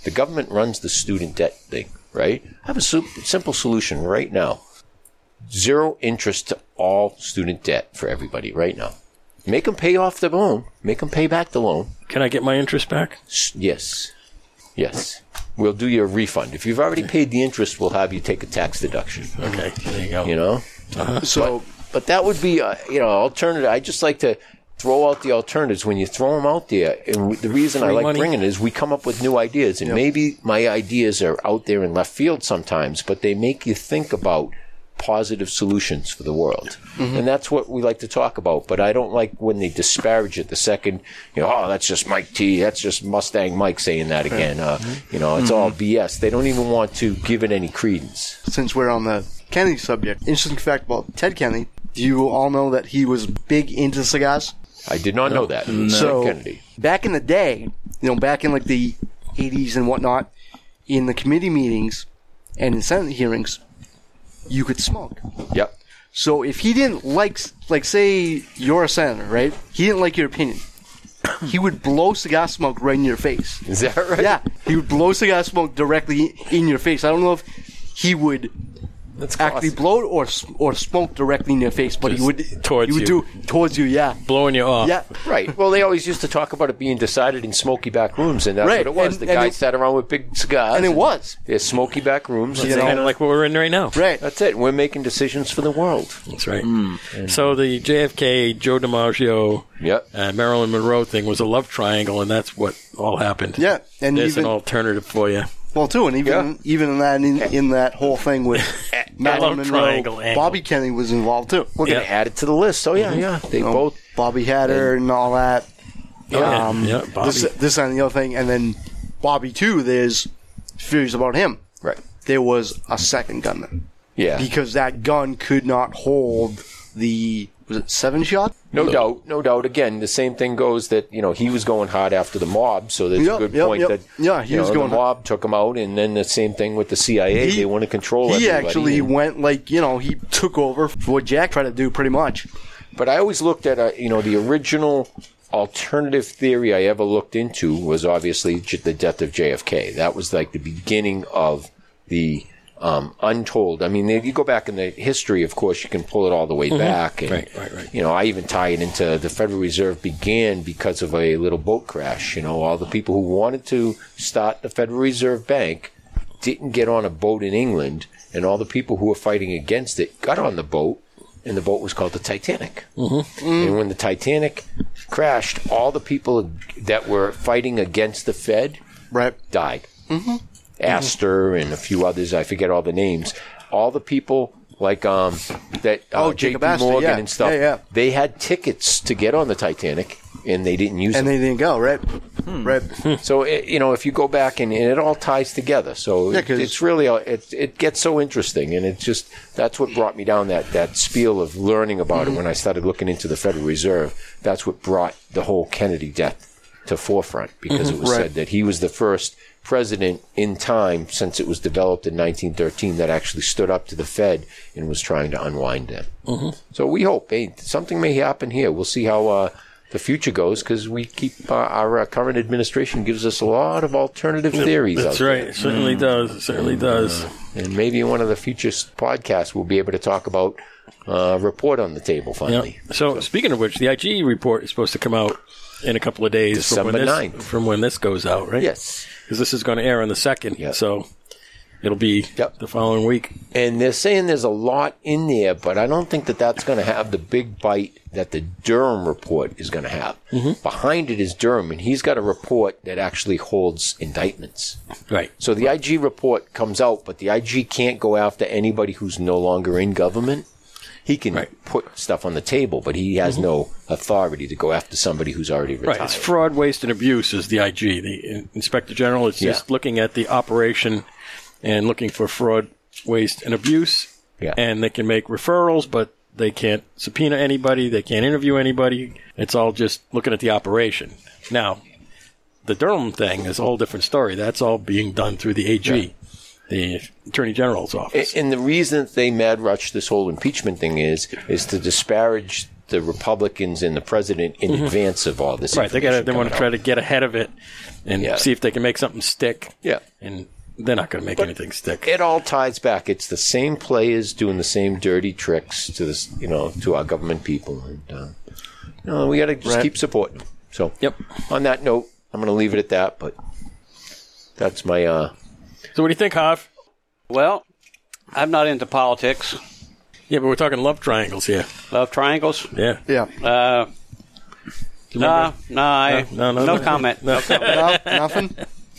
Speaker 2: The government runs the student debt thing, right? I have a su- simple solution right now: zero interest to all student debt for everybody right now. Make them pay off the loan. Make them pay back the loan.
Speaker 3: Can I get my interest back?
Speaker 2: S- Yes, yes. We'll do your refund. If you've already paid the interest, we'll have you take a tax deduction.
Speaker 9: Okay, there you go. Uh-huh.
Speaker 2: You know.
Speaker 5: So
Speaker 2: But that would be, uh, you know, alternative. I just like to throw out the alternatives when you throw them out there. And w- the reason I like
Speaker 9: money.
Speaker 2: bringing it is we come up with new ideas, and maybe my ideas are out there in left field sometimes, but they make you think about positive solutions for the world,
Speaker 9: Mm-hmm.
Speaker 2: and that's what we like to talk about. But I don't like when they disparage it. The second, you know, oh, that's just Mike T. That's just Mustang Mike saying that again. Uh,
Speaker 9: Mm-hmm.
Speaker 2: You know, it's all BS. They don't even want to give it any credence.
Speaker 5: since we're on the Kennedy subject, interesting fact about Ted Kennedy. Do you all know that he was big into cigars?
Speaker 2: I did not know that.
Speaker 5: so
Speaker 2: Kennedy.
Speaker 5: back in the day, you know, back in like the '80s and whatnot, in the committee meetings and in Senate hearings, you could smoke.
Speaker 2: Yep.
Speaker 5: So if he didn't like, like, say you're a senator, right? He didn't like your opinion. He would blow cigar smoke right in your face.
Speaker 2: Is that right?
Speaker 5: Yeah, he would blow cigar smoke directly in your face. I don't know if he would
Speaker 9: That's
Speaker 5: actually
Speaker 9: awesome.
Speaker 5: blow it or s- or smoke directly in your face, but he
Speaker 3: Just
Speaker 5: would
Speaker 3: towards
Speaker 5: he would
Speaker 3: you. Oh.
Speaker 5: do towards you. Yeah,
Speaker 3: Blowing you off.
Speaker 5: yeah.
Speaker 2: Right. Well, they always used to talk about it being decided in smoky back rooms, and that's
Speaker 5: Right,
Speaker 2: what it was.
Speaker 5: and-
Speaker 2: the
Speaker 5: and
Speaker 2: guy
Speaker 5: it-
Speaker 2: sat around with big cigars,
Speaker 5: And it was
Speaker 2: yeah, smoky back rooms.
Speaker 5: You know?
Speaker 3: Kind of like what we're in right now.
Speaker 5: right.
Speaker 2: That's it. We're making decisions for the world.
Speaker 3: That's right.
Speaker 2: Mm.
Speaker 3: So the JFK, Joe DiMaggio,
Speaker 2: Yep.
Speaker 3: uh, Marilyn Monroe thing was a love triangle, and that's what all happened.
Speaker 5: Yeah, and
Speaker 3: There's an
Speaker 5: even
Speaker 3: alternative for you.
Speaker 5: well too, and even even in that in, in that whole thing with Marilyn
Speaker 3: love
Speaker 5: Monroe,
Speaker 3: triangle angle.
Speaker 5: Bobby Kennedy was involved too.
Speaker 2: We're going
Speaker 3: Yeah.
Speaker 2: to add it to the list. Oh yeah,
Speaker 5: Mm-hmm.
Speaker 2: yeah. They
Speaker 5: You know,
Speaker 2: both.
Speaker 5: Bobby had her and all that. Um,
Speaker 3: yeah. Yeah, Bobby.
Speaker 5: This, this and the other thing, and then Bobby too. There's theories about him.
Speaker 2: Right.
Speaker 5: There was a second gunman
Speaker 2: Yeah.
Speaker 5: because that gun could not hold the was it seven shot.
Speaker 2: No doubt, no doubt. Again, the same thing goes that you know he was going hard after the mob, so there's
Speaker 5: Yep,
Speaker 2: a good
Speaker 5: yep,
Speaker 2: point
Speaker 5: yep.
Speaker 2: that
Speaker 5: Yeah, he
Speaker 2: you
Speaker 5: was
Speaker 2: know,
Speaker 5: going
Speaker 2: the
Speaker 5: hard.
Speaker 2: mob took him out, and then the same thing with the CIA.
Speaker 5: He-
Speaker 2: they want to control.
Speaker 5: He
Speaker 2: everybody,
Speaker 5: actually
Speaker 2: and-
Speaker 5: went like you know he took over for what Jack tried to do pretty much.
Speaker 2: But I always looked at, uh, you know, the original alternative theory I ever looked into was obviously j- the death of JFK. That was like the beginning of the um, untold. I mean, if you go back in the history, of course, you can pull it all the way back. And,
Speaker 3: Mm-hmm. Right, right, right.
Speaker 2: You know, I even tie it into the Federal Reserve began because of a little boat crash. You know, all the people who wanted to start the Federal Reserve Bank didn't get on a boat in England, and all the people who were fighting against it got on the boat, and the boat was called the Titanic. Mm-hmm. And when the Titanic crashed, all the people that were fighting against the Fed
Speaker 5: Right.
Speaker 2: died. Mm-hmm. Astor and a few others, I forget all the names. All the people like um, that uh,
Speaker 5: Oh,
Speaker 2: J.P.
Speaker 5: Jacob Astor,
Speaker 2: Morgan
Speaker 5: yeah.
Speaker 2: and stuff,
Speaker 5: Yeah, yeah.
Speaker 2: they had tickets to get on the Titanic, and they didn't use
Speaker 5: And
Speaker 2: them.
Speaker 5: they didn't go right.
Speaker 6: Hmm.
Speaker 5: Right.
Speaker 2: So i you know, if you go back and, and it all ties together, so
Speaker 5: Yeah,
Speaker 2: it-
Speaker 5: 'cause-
Speaker 2: it's really a- it it gets so interesting, and it's just that's what brought me down that that spiel of learning about
Speaker 5: Mm-hmm.
Speaker 2: it when I started looking into the Federal Reserve. That's what brought the whole Kennedy death to forefront because it was
Speaker 5: Mm-hmm. Right.
Speaker 2: said that he was the first president in time since it was developed in 1913 that actually stood up to the Fed and was trying to unwind them. So we hope hey, something may happen here. We'll see how uh, the future goes because we keep uh, our uh, current administration gives us a lot of alternative theories.
Speaker 3: That's
Speaker 2: out
Speaker 3: right. It
Speaker 2: Mm.
Speaker 3: certainly does. It certainly does.
Speaker 2: there. And maybe in one of the future s- podcasts we'll be able to talk about uh, report on the table finally.
Speaker 3: Yeah. So, speaking of which, the IG report is supposed to come out in a couple of days
Speaker 2: December
Speaker 3: from when
Speaker 2: 9th.
Speaker 3: this from when this goes out, right?
Speaker 2: Yes.
Speaker 3: because this is going to air on the second.
Speaker 2: Yeah.
Speaker 3: So it'll be
Speaker 2: Yep.
Speaker 3: the following week.
Speaker 2: And they're saying there's a lot in there, but I don't think that that's going to have the big bite that the Durham report is going to have.
Speaker 3: Mm-hmm.
Speaker 2: Behind it is Durham, and he's got a report that actually holds indictments.
Speaker 3: Right.
Speaker 2: So the IG report comes out, but the IG can't go after anybody who's no longer in government. He can
Speaker 3: Right. Mm-hmm.
Speaker 2: put stuff on the table, but he has no authority to go after somebody who's already retired.
Speaker 3: Right. It's fraud, waste, and abuse is the IG, the in- Inspector General. It's just
Speaker 2: Yeah.
Speaker 3: looking at the operation and looking for fraud, waste, and abuse.
Speaker 2: Yeah.
Speaker 3: And they can make referrals, but they can't subpoena anybody. They can't interview anybody. It's all just looking at the operation. Now, the Durham thing is a whole different story. That's all being done through the AG, the Attorney General's office.
Speaker 2: And the reason that they mad rushed this whole impeachment thing is is to disparage the Republicans and the president in advance of all this.
Speaker 3: Mm-hmm. right. They got. They
Speaker 2: information
Speaker 3: want to
Speaker 2: coming
Speaker 3: try
Speaker 2: out.
Speaker 3: to get ahead of it and
Speaker 2: Yeah.
Speaker 3: see if they can make something stick.
Speaker 2: Yeah.
Speaker 3: And they're not going to make anything stick.
Speaker 2: It all ties back. It's the same players doing the same dirty tricks to this, you know, to our government people, and uh, you know, we got to just
Speaker 5: Right.
Speaker 2: keep supporting them. So,
Speaker 3: Yep.
Speaker 2: On that note, I'm going to leave it at that. But that's my uh,
Speaker 3: So what do you think, Hav?
Speaker 6: Well, I'm not into politics.
Speaker 3: Yeah, but we're talking love triangles here.
Speaker 6: Love triangles.
Speaker 3: Yeah.
Speaker 5: Yeah.
Speaker 6: Uh, nah, nah, I-
Speaker 3: No, no, no.
Speaker 6: comment. No, comment.
Speaker 5: No, nothing.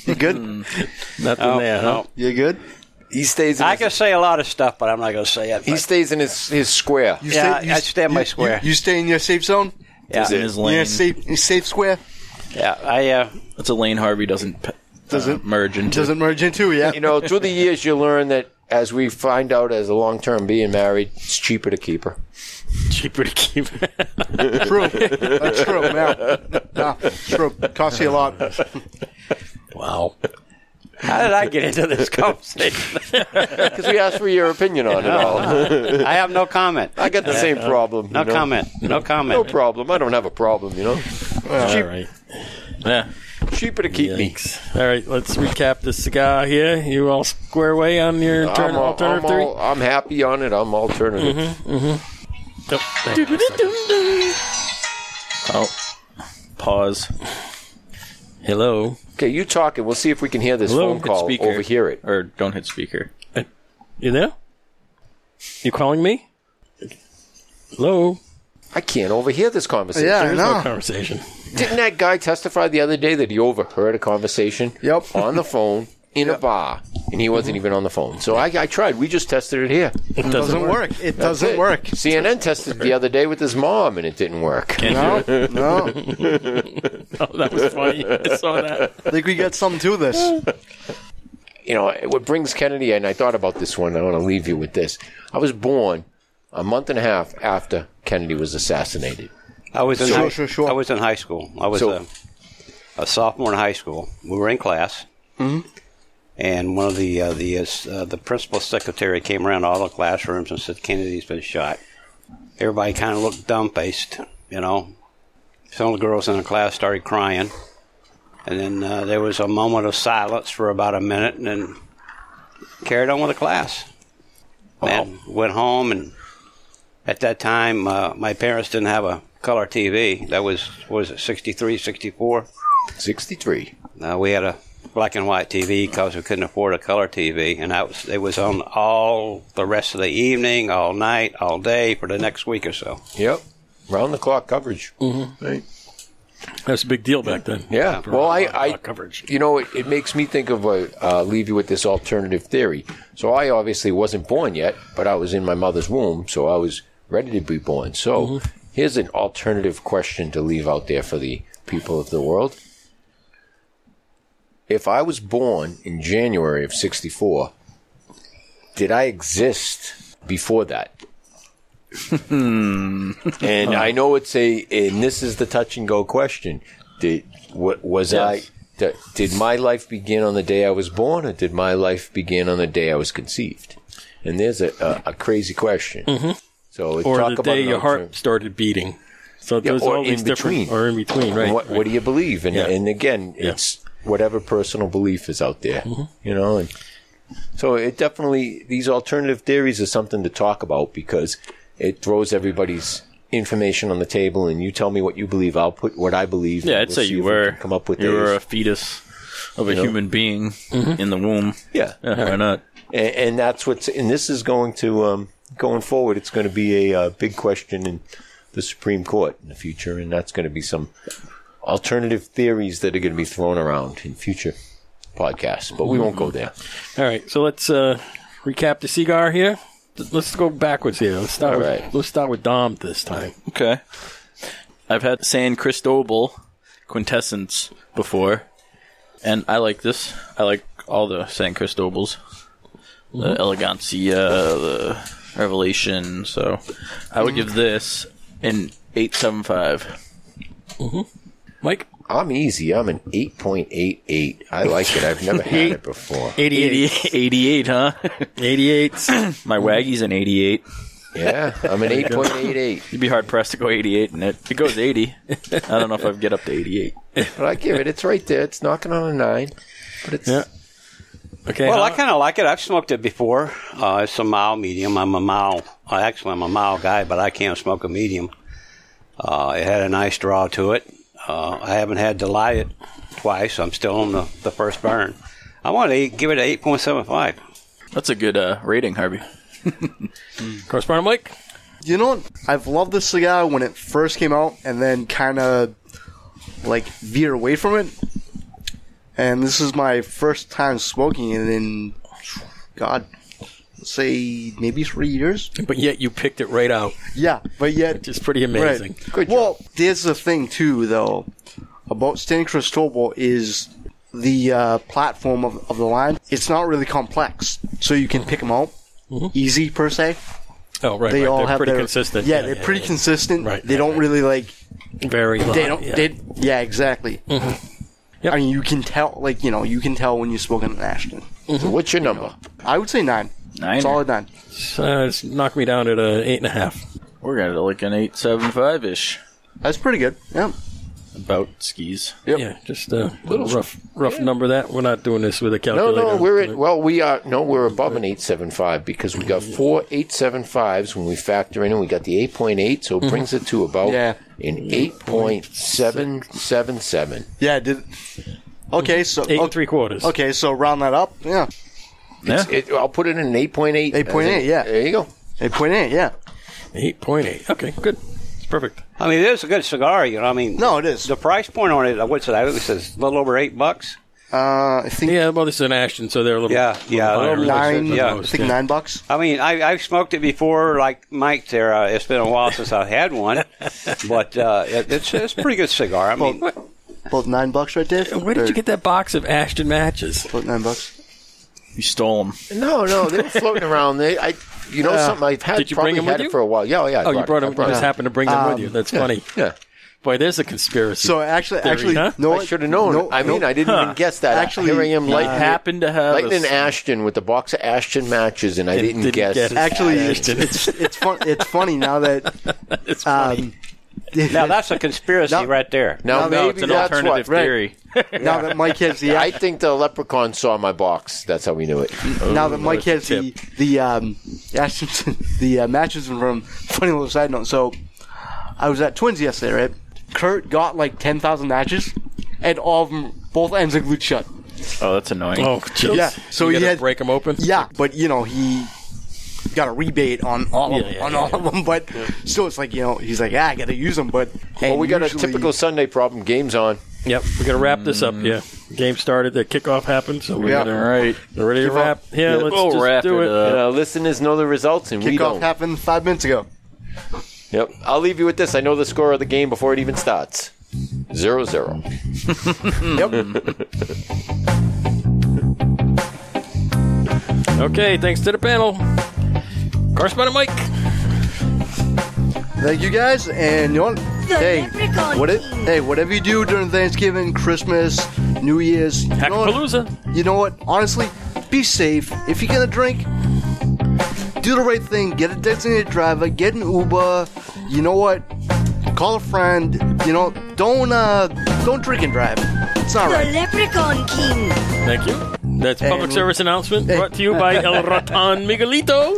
Speaker 5: You good?
Speaker 3: Nothing
Speaker 6: No,
Speaker 3: there, huh?
Speaker 6: no.
Speaker 5: You good?
Speaker 2: he stays. In
Speaker 6: I
Speaker 2: his,
Speaker 6: can say a lot of stuff, but I'm not going to say it.
Speaker 2: he stays in his, his square.
Speaker 5: You
Speaker 6: Yeah, I- I
Speaker 5: s-
Speaker 6: stay in my
Speaker 5: you-
Speaker 6: square.
Speaker 5: You, you stay in your safe zone.
Speaker 3: oh,
Speaker 6: yeah,
Speaker 7: in his
Speaker 5: Yeah,
Speaker 7: lane.
Speaker 5: safe safe square
Speaker 6: yeah, I, uh,
Speaker 7: That's a lane Harvey doesn't pe-
Speaker 5: Doesn't-
Speaker 7: uh, merge into.
Speaker 5: doesn't merge into. Yeah.
Speaker 2: You know, through the years, you learn that as we find out as a long term being married, it's cheaper to keep her.
Speaker 3: Cheaper to keep.
Speaker 5: True. That's true. Yeah. Nah, it's true. Costs you a lot.
Speaker 3: wow.
Speaker 6: how did I get into this conversation?
Speaker 2: Because we asked for your opinion on it all.
Speaker 6: I have no comment.
Speaker 2: I got the same problem.
Speaker 6: No
Speaker 2: you know?
Speaker 6: comment. No
Speaker 2: No
Speaker 6: comment.
Speaker 2: problem. I don't have a problem, you know.
Speaker 3: All right. Yeah.
Speaker 2: Cheaper to keep me.
Speaker 3: All right. Let's recap the cigar here. You all square away on your turn,
Speaker 2: I'm, all-
Speaker 3: alternative
Speaker 2: I'm,
Speaker 3: three.
Speaker 2: all- I'm happy on it. I'm alternative.
Speaker 3: Nope. Thank you.
Speaker 7: Oh. Pause.
Speaker 3: Hello.
Speaker 2: Okay, you talking. We'll see if we can hear this
Speaker 3: Hello,
Speaker 2: phone
Speaker 7: Hit
Speaker 2: call.
Speaker 7: speaker.
Speaker 2: Overhear it.
Speaker 7: Or don't hit speaker.
Speaker 3: You there? You calling me? Hello.
Speaker 2: I can't overhear this conversation.
Speaker 5: Yeah, I
Speaker 3: There's no
Speaker 5: know.
Speaker 3: conversation.
Speaker 2: Didn't that guy testify the other day that he overheard a conversation
Speaker 5: Yep.
Speaker 2: on the phone in a bar and he wasn't even on the phone? So I, I tried. We just tested it here.
Speaker 3: It doesn't,
Speaker 5: Doesn't
Speaker 3: work.
Speaker 5: work. It doesn't
Speaker 2: It-
Speaker 5: work.
Speaker 2: CNN tested the other day with his mom and it didn't work.
Speaker 5: No, no.
Speaker 3: Oh, that was funny. I saw that.
Speaker 5: I think we got something to this.
Speaker 2: you know, what brings Kennedy, and I thought about this one, I want to leave you with this. I was born a month and a half after Kennedy was assassinated.
Speaker 6: I was in
Speaker 5: Sure,
Speaker 6: high,
Speaker 5: sure, sure.
Speaker 6: I was in high school. I was
Speaker 2: So-
Speaker 6: a, a sophomore in high school. We were in class,
Speaker 5: Mm-hmm.
Speaker 6: and one of the uh, the uh, the principal secretary came around all the classrooms and said Kennedy's been shot. Everybody kind of looked dumb faced, you know. Some of the girls in the class started crying, and then uh, there was a moment of silence for about a minute, and then carried on with the class. And went home and at that time uh, my parents didn't have a color tv that was what was it 63 64
Speaker 2: 63.
Speaker 6: uh, we had a black and white tv because we couldn't afford a color tv and that was it was on all the rest of the evening all night all day for the next week or so
Speaker 2: Yep. Round the clock coverage. Mm-hmm. Right.
Speaker 3: That was a big deal back then.
Speaker 2: Yeah.
Speaker 3: For
Speaker 2: Well, I,
Speaker 3: our- our
Speaker 2: I
Speaker 3: coverage.
Speaker 2: you know, it, it makes me think of a, uh, leave you with this alternative theory. So I obviously wasn't born yet, but I was in my mother's womb, so I was ready to be born. So here's an alternative question to leave out there for the people of the world. If I was born in January of 64, did I exist before that?
Speaker 3: Hmm.
Speaker 2: And I know it's a, and this is the touch and go question. Did what was I? d- Did my life begin on the day I was born, or did my life begin on the day I was conceived? And there's a, a, a crazy question. So
Speaker 3: Mm-hmm. Or
Speaker 2: talk
Speaker 3: the
Speaker 2: about
Speaker 3: day
Speaker 2: an
Speaker 3: your heart
Speaker 2: alternative-
Speaker 3: started beating. So there's
Speaker 2: or
Speaker 3: all these
Speaker 2: in
Speaker 3: different
Speaker 2: between.
Speaker 3: or in between, right?
Speaker 2: what, what do you believe? And,
Speaker 3: Yeah.
Speaker 2: and again,
Speaker 3: Yeah. Mm-hmm.
Speaker 2: it's whatever personal belief is out there, you know. And so it definitely these alternative theories are something to talk about because it throws everybody's information on the table, and you tell me what you believe, I'll put what I believe. and
Speaker 7: Yeah, I'd
Speaker 2: we'll
Speaker 7: say
Speaker 2: see
Speaker 7: you
Speaker 2: if we
Speaker 7: were.
Speaker 2: can come up with
Speaker 7: you were a
Speaker 2: theirs.
Speaker 7: fetus of a human being
Speaker 3: Mm-hmm.
Speaker 7: in the womb.
Speaker 2: yeah,
Speaker 7: Yeah, why not?
Speaker 2: and, and that's what's and this is going to um, going forward. It's going to be a uh, big question in the Supreme Court in the future, and that's going to be some alternative theories that are going to be thrown around in future podcasts. But we won't go there.
Speaker 3: All right, so let's uh, recap the cigar here. let's go backwards here. Let's start.
Speaker 2: All
Speaker 3: with,
Speaker 2: right.
Speaker 3: Let's start with Dom this time.
Speaker 7: Okay. I've had San Cristobal quintessence before, and I like this. I like all the San Cristobals. The Elegancia, the Revelation. So I would give this an 875.
Speaker 3: Mike,
Speaker 2: I'm easy. I'm an 8.88. I like it. I've never had it before.
Speaker 3: 88.
Speaker 7: 88, 88 huh?
Speaker 3: 88.
Speaker 7: My Waggy's an 88.
Speaker 2: Yeah, I'm an 8.88.
Speaker 7: You'd be hard pressed to go 88 in it. If it goes 80, I don't know if I'd get up to 88.
Speaker 2: But I give it. It's right there. It's knocking on a nine. But it's
Speaker 3: Yeah. Okay.
Speaker 6: Well, I
Speaker 3: huh?
Speaker 6: kind of like it. I've smoked it before. Uh, it's a mild medium. I'm a mild. Uh, actually, I'm a mild guy, but I can't smoke a medium. Uh, it had a nice draw to it. Uh, I haven't had to light it twice. I'm still on the, the first burn. I want to give it an 8.75.
Speaker 7: That's a good uh, rating, Harvey.
Speaker 3: Correspondent Mike.
Speaker 5: You know what? I've loved this cigar when it first came out and then kind of like veer away from it. And this is my first time smoking it in, God, say maybe three years.
Speaker 3: But yet you picked it right out,
Speaker 5: Yeah, but yet.
Speaker 3: which is pretty amazing.
Speaker 5: Right. well, there's the thing, too, though, about San Cristobal is the uh, platform of, of the line. It's not really complex, so you can pick them out
Speaker 3: Mm-hmm.
Speaker 5: easy, per se.
Speaker 3: Oh, right.
Speaker 5: They
Speaker 3: right.
Speaker 5: all
Speaker 3: They're
Speaker 5: have
Speaker 3: pretty
Speaker 5: their-
Speaker 3: consistent.
Speaker 5: Yeah, they're pretty
Speaker 3: yeah.
Speaker 5: consistent.
Speaker 3: Right,
Speaker 5: They
Speaker 3: right,
Speaker 5: don't
Speaker 3: right.
Speaker 5: really like
Speaker 3: Very. Loud,
Speaker 5: They don't.
Speaker 3: Yeah. Mm-hmm.
Speaker 5: Yeah. They, yeah, exactly.
Speaker 3: Yep.
Speaker 5: I mean, you can tell, like you know, you can tell when you're smoking an Ashton.
Speaker 2: Mm-hmm. So what's your number?
Speaker 5: I would say nine.
Speaker 7: Nine.
Speaker 5: Solid nine.
Speaker 3: So it's knocked me down at a eight and a half.
Speaker 7: We're going to like an 875 ish.
Speaker 5: That's pretty good. Yeah.
Speaker 7: About skis.
Speaker 3: Yeah, just a little rough, rough number. That we're not doing this with a
Speaker 2: No,
Speaker 3: calculator.
Speaker 2: no, we're at, well, we are no, we're above an eight seven five because we got four eight seven fives when we factor in, and we got the eight point eight, so it brings it to about
Speaker 5: Yeah.
Speaker 2: an eight point seven seven seven.
Speaker 5: Yeah. it Did. Okay. So
Speaker 3: eight and
Speaker 5: okay,
Speaker 3: three quarters.
Speaker 5: okay. So round that up. Yeah.
Speaker 7: Yeah.
Speaker 2: It, I'll put it in an eight point eight.
Speaker 5: 8.8, yeah.
Speaker 2: there you go.
Speaker 5: Eight point eight. Yeah.
Speaker 3: Eight point eight. Okay, good. It's perfect.
Speaker 6: I mean, it is a good cigar. You know, I mean,
Speaker 5: No, it is.
Speaker 6: the price point on it. uh, What's it? I think it says a little over eight bucks.
Speaker 5: Uh, I think
Speaker 3: Yeah, well, this is an Ashton, so they're a little.
Speaker 6: Yeah, yeah,
Speaker 3: little
Speaker 6: a little
Speaker 3: higher
Speaker 5: nine.
Speaker 3: than
Speaker 6: yeah.
Speaker 5: I
Speaker 3: most,
Speaker 5: think nine bucks.
Speaker 6: I mean, I, I've smoked it before, like Mike. There, uh, it's been a while since I've had one, but uh, it, it's it's a pretty good cigar. I mean,
Speaker 5: Both nine bucks right there.
Speaker 3: Where did you get that box of Ashton matches?
Speaker 5: Both nine bucks.
Speaker 7: You stole them.
Speaker 2: No, no, they were floating around. They, I, you know, something I've had.
Speaker 3: Did you
Speaker 2: probably
Speaker 3: bring 'em with
Speaker 2: had
Speaker 3: you?
Speaker 2: it for a while. Yeah, oh, yeah. I
Speaker 3: Oh, you
Speaker 2: it.
Speaker 3: brought
Speaker 2: I
Speaker 3: them. You just
Speaker 2: it.
Speaker 3: happened to bring them with you. That's funny.
Speaker 2: Yeah,
Speaker 3: Boy, there's a conspiracy.
Speaker 5: Um, So actually,
Speaker 3: Theory,
Speaker 5: actually,
Speaker 3: huh?
Speaker 5: no.
Speaker 2: I should have known.
Speaker 5: No,
Speaker 2: I mean,
Speaker 5: no.
Speaker 2: I didn't even guess that.
Speaker 5: Actually,
Speaker 2: here I am,
Speaker 7: I
Speaker 2: lighting
Speaker 5: uh,
Speaker 7: happen to have.
Speaker 2: Lightning
Speaker 7: a,
Speaker 2: Ashton with the box of Ashton matches, and I didn't,
Speaker 3: didn't
Speaker 2: guess.
Speaker 3: get it.
Speaker 5: Actually, it's
Speaker 3: Ashton.
Speaker 5: it's it's, fun, it's funny now that
Speaker 3: it's funny.
Speaker 5: um,
Speaker 6: now that's a conspiracy
Speaker 5: No.
Speaker 6: right there.
Speaker 2: Now
Speaker 5: No,
Speaker 2: maybe
Speaker 5: no,
Speaker 7: it's an
Speaker 2: that's
Speaker 7: alternative
Speaker 2: what. right.
Speaker 7: theory.
Speaker 5: now that Mike has the
Speaker 2: I think the leprechaun saw my box. That's how we knew it.
Speaker 5: now that Mike has
Speaker 3: that's a
Speaker 5: the the um, Ashton- the uh, matches in front. of him, Funny little side note. So I was at Twins yesterday, right? Kurt got like ten thousand matches, and all of them, both ends are glued shut.
Speaker 7: Oh, that's annoying.
Speaker 3: oh, chills.
Speaker 5: Yeah, so
Speaker 3: you
Speaker 5: he
Speaker 3: gotta
Speaker 5: had-
Speaker 3: break them open.
Speaker 5: Yeah, but you know he got a rebate on all of
Speaker 3: Yeah, yeah,
Speaker 5: on
Speaker 3: yeah,
Speaker 5: all of them. But still, it's like you know he's like, ah, I got to use them. But
Speaker 2: Well, we got a
Speaker 5: usually-
Speaker 2: typical Sunday problem. Game's on.
Speaker 3: Yep. We gotta wrap this up. Yeah. Game started. The kickoff happened. So we
Speaker 5: Yeah.
Speaker 3: gotta
Speaker 7: All right.
Speaker 3: we're ready to
Speaker 5: Kickoff.
Speaker 3: wrap. Yeah. Let's
Speaker 7: We'll
Speaker 3: just
Speaker 7: wrap
Speaker 3: do
Speaker 7: it
Speaker 3: it.
Speaker 7: up.
Speaker 2: And our listeners know Uh, the results, and we
Speaker 5: kickoff
Speaker 2: don't.
Speaker 5: happened five minutes ago.
Speaker 2: Yep. I'll leave you with this. I know the score of the game before it even starts. Zero zero.
Speaker 3: Hmm. Okay. Thanks to the panel. Correspondent Mike.
Speaker 5: Thank you guys, and you know what? hey,
Speaker 4: Leprechaun
Speaker 5: what it,
Speaker 4: King.
Speaker 5: hey, whatever you do during Thanksgiving, Christmas, New Year's, you know what?
Speaker 3: Hackapalooza.
Speaker 5: you know what? Honestly, be safe. If you're gonna drink, do the right thing. Get a designated driver. Get an Uber. You know what? Call a friend. You know, don't uh, don't drink and drive. It's not
Speaker 4: The
Speaker 5: right.
Speaker 4: Leprechaun King.
Speaker 3: Thank you. That's public
Speaker 5: we-
Speaker 3: service announcement brought to you by El Ratan Miguelito.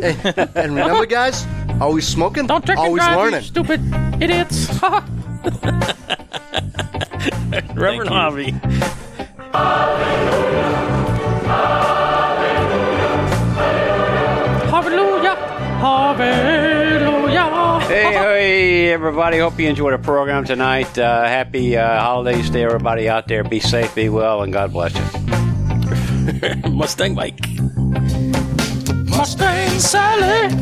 Speaker 5: And remember, guys, always smoking,
Speaker 1: Don't drink
Speaker 5: always
Speaker 1: and drive,
Speaker 5: learning.
Speaker 1: you stupid idiots. Ha ha.
Speaker 3: Reverend Harvey.
Speaker 1: Hallelujah. Hallelujah.
Speaker 6: Hey, hey, everybody! Hope you enjoyed the program tonight. Uh, happy uh, holidays to everybody out there. Be safe, be well, and God bless you.
Speaker 3: Mustang Mike.
Speaker 1: Mustang and Sally.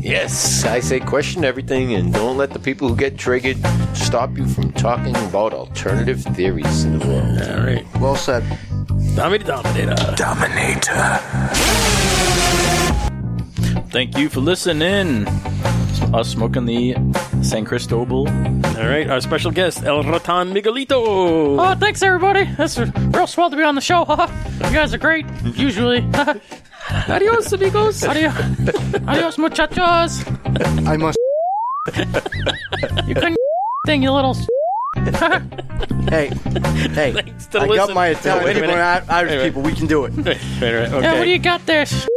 Speaker 2: Yes, I say question everything and don't let the people who get triggered stop you from talking about alternative theories in the world.
Speaker 3: All right.
Speaker 5: Well said.
Speaker 3: Dommy the Dominator.
Speaker 7: Thank you for listening. Us smoking the San Cristobal.
Speaker 3: All right. Our special guest, El Ratan Miguelito.
Speaker 5: Ah,
Speaker 1: Oh, thanks everybody. That's a real swell to be on the show. haha. you guys are great, usually. Adios, amigos. Adios, Adios muchachos.
Speaker 5: I must.
Speaker 1: You couldn't thing, you little. s-
Speaker 5: Hey, hey.
Speaker 3: to
Speaker 5: I got
Speaker 3: listen.
Speaker 5: my
Speaker 3: No, wait a
Speaker 5: Italian people,
Speaker 3: minute.
Speaker 5: and Irish
Speaker 3: Wait a
Speaker 5: people. We can do it.
Speaker 3: Wait, wait, wait, okay.
Speaker 1: Yeah, what do you got there? s-?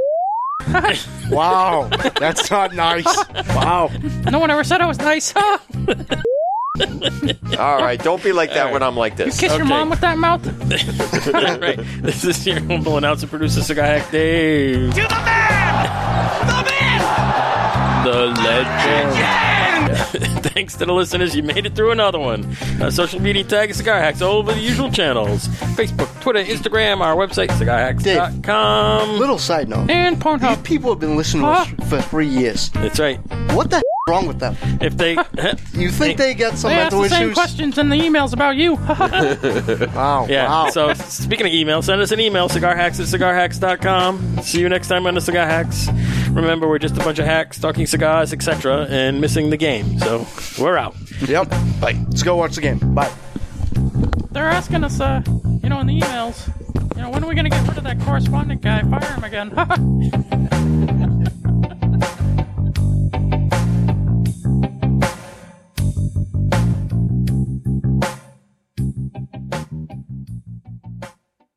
Speaker 5: Wow, that's not nice. Wow.
Speaker 1: No one ever said I was nice, huh?
Speaker 2: All right, don't be like that when I'm like this.
Speaker 1: Kiss your
Speaker 3: Okay.
Speaker 1: mom with that mouth.
Speaker 3: All right. This is your humble announcer, producer, Cigar Hack Dave.
Speaker 8: To the man! The man!
Speaker 7: The legend.
Speaker 3: Thanks to the listeners, you made it through another one. Our social media tag is Cigar Hacks all over the usual channels Facebook, Twitter, Instagram, our website, cigarhacks.com.
Speaker 5: Little side note.
Speaker 1: And
Speaker 5: These
Speaker 1: Pornhub.
Speaker 5: people have been listening to us for three years.
Speaker 3: That's right.
Speaker 5: What the is wrong with them?
Speaker 3: If they.
Speaker 5: You think they got some
Speaker 1: They asked
Speaker 5: mental
Speaker 1: the same
Speaker 5: issues?
Speaker 1: questions in the emails about you.
Speaker 5: Wow.
Speaker 3: Yeah.
Speaker 5: Wow.
Speaker 3: So speaking of email, send us an email, cigarhacks at cigarhacks.com. See you next time on the Cigar Hacks. Remember, we're just a bunch of hacks talking cigars, etc., and missing the game. So we're out.
Speaker 5: Yep. Bye. Let's go watch the game. Bye.
Speaker 1: They're asking us, uh, you know, in the emails, you know, when are we going to get rid of that correspondent guy? Fire him again.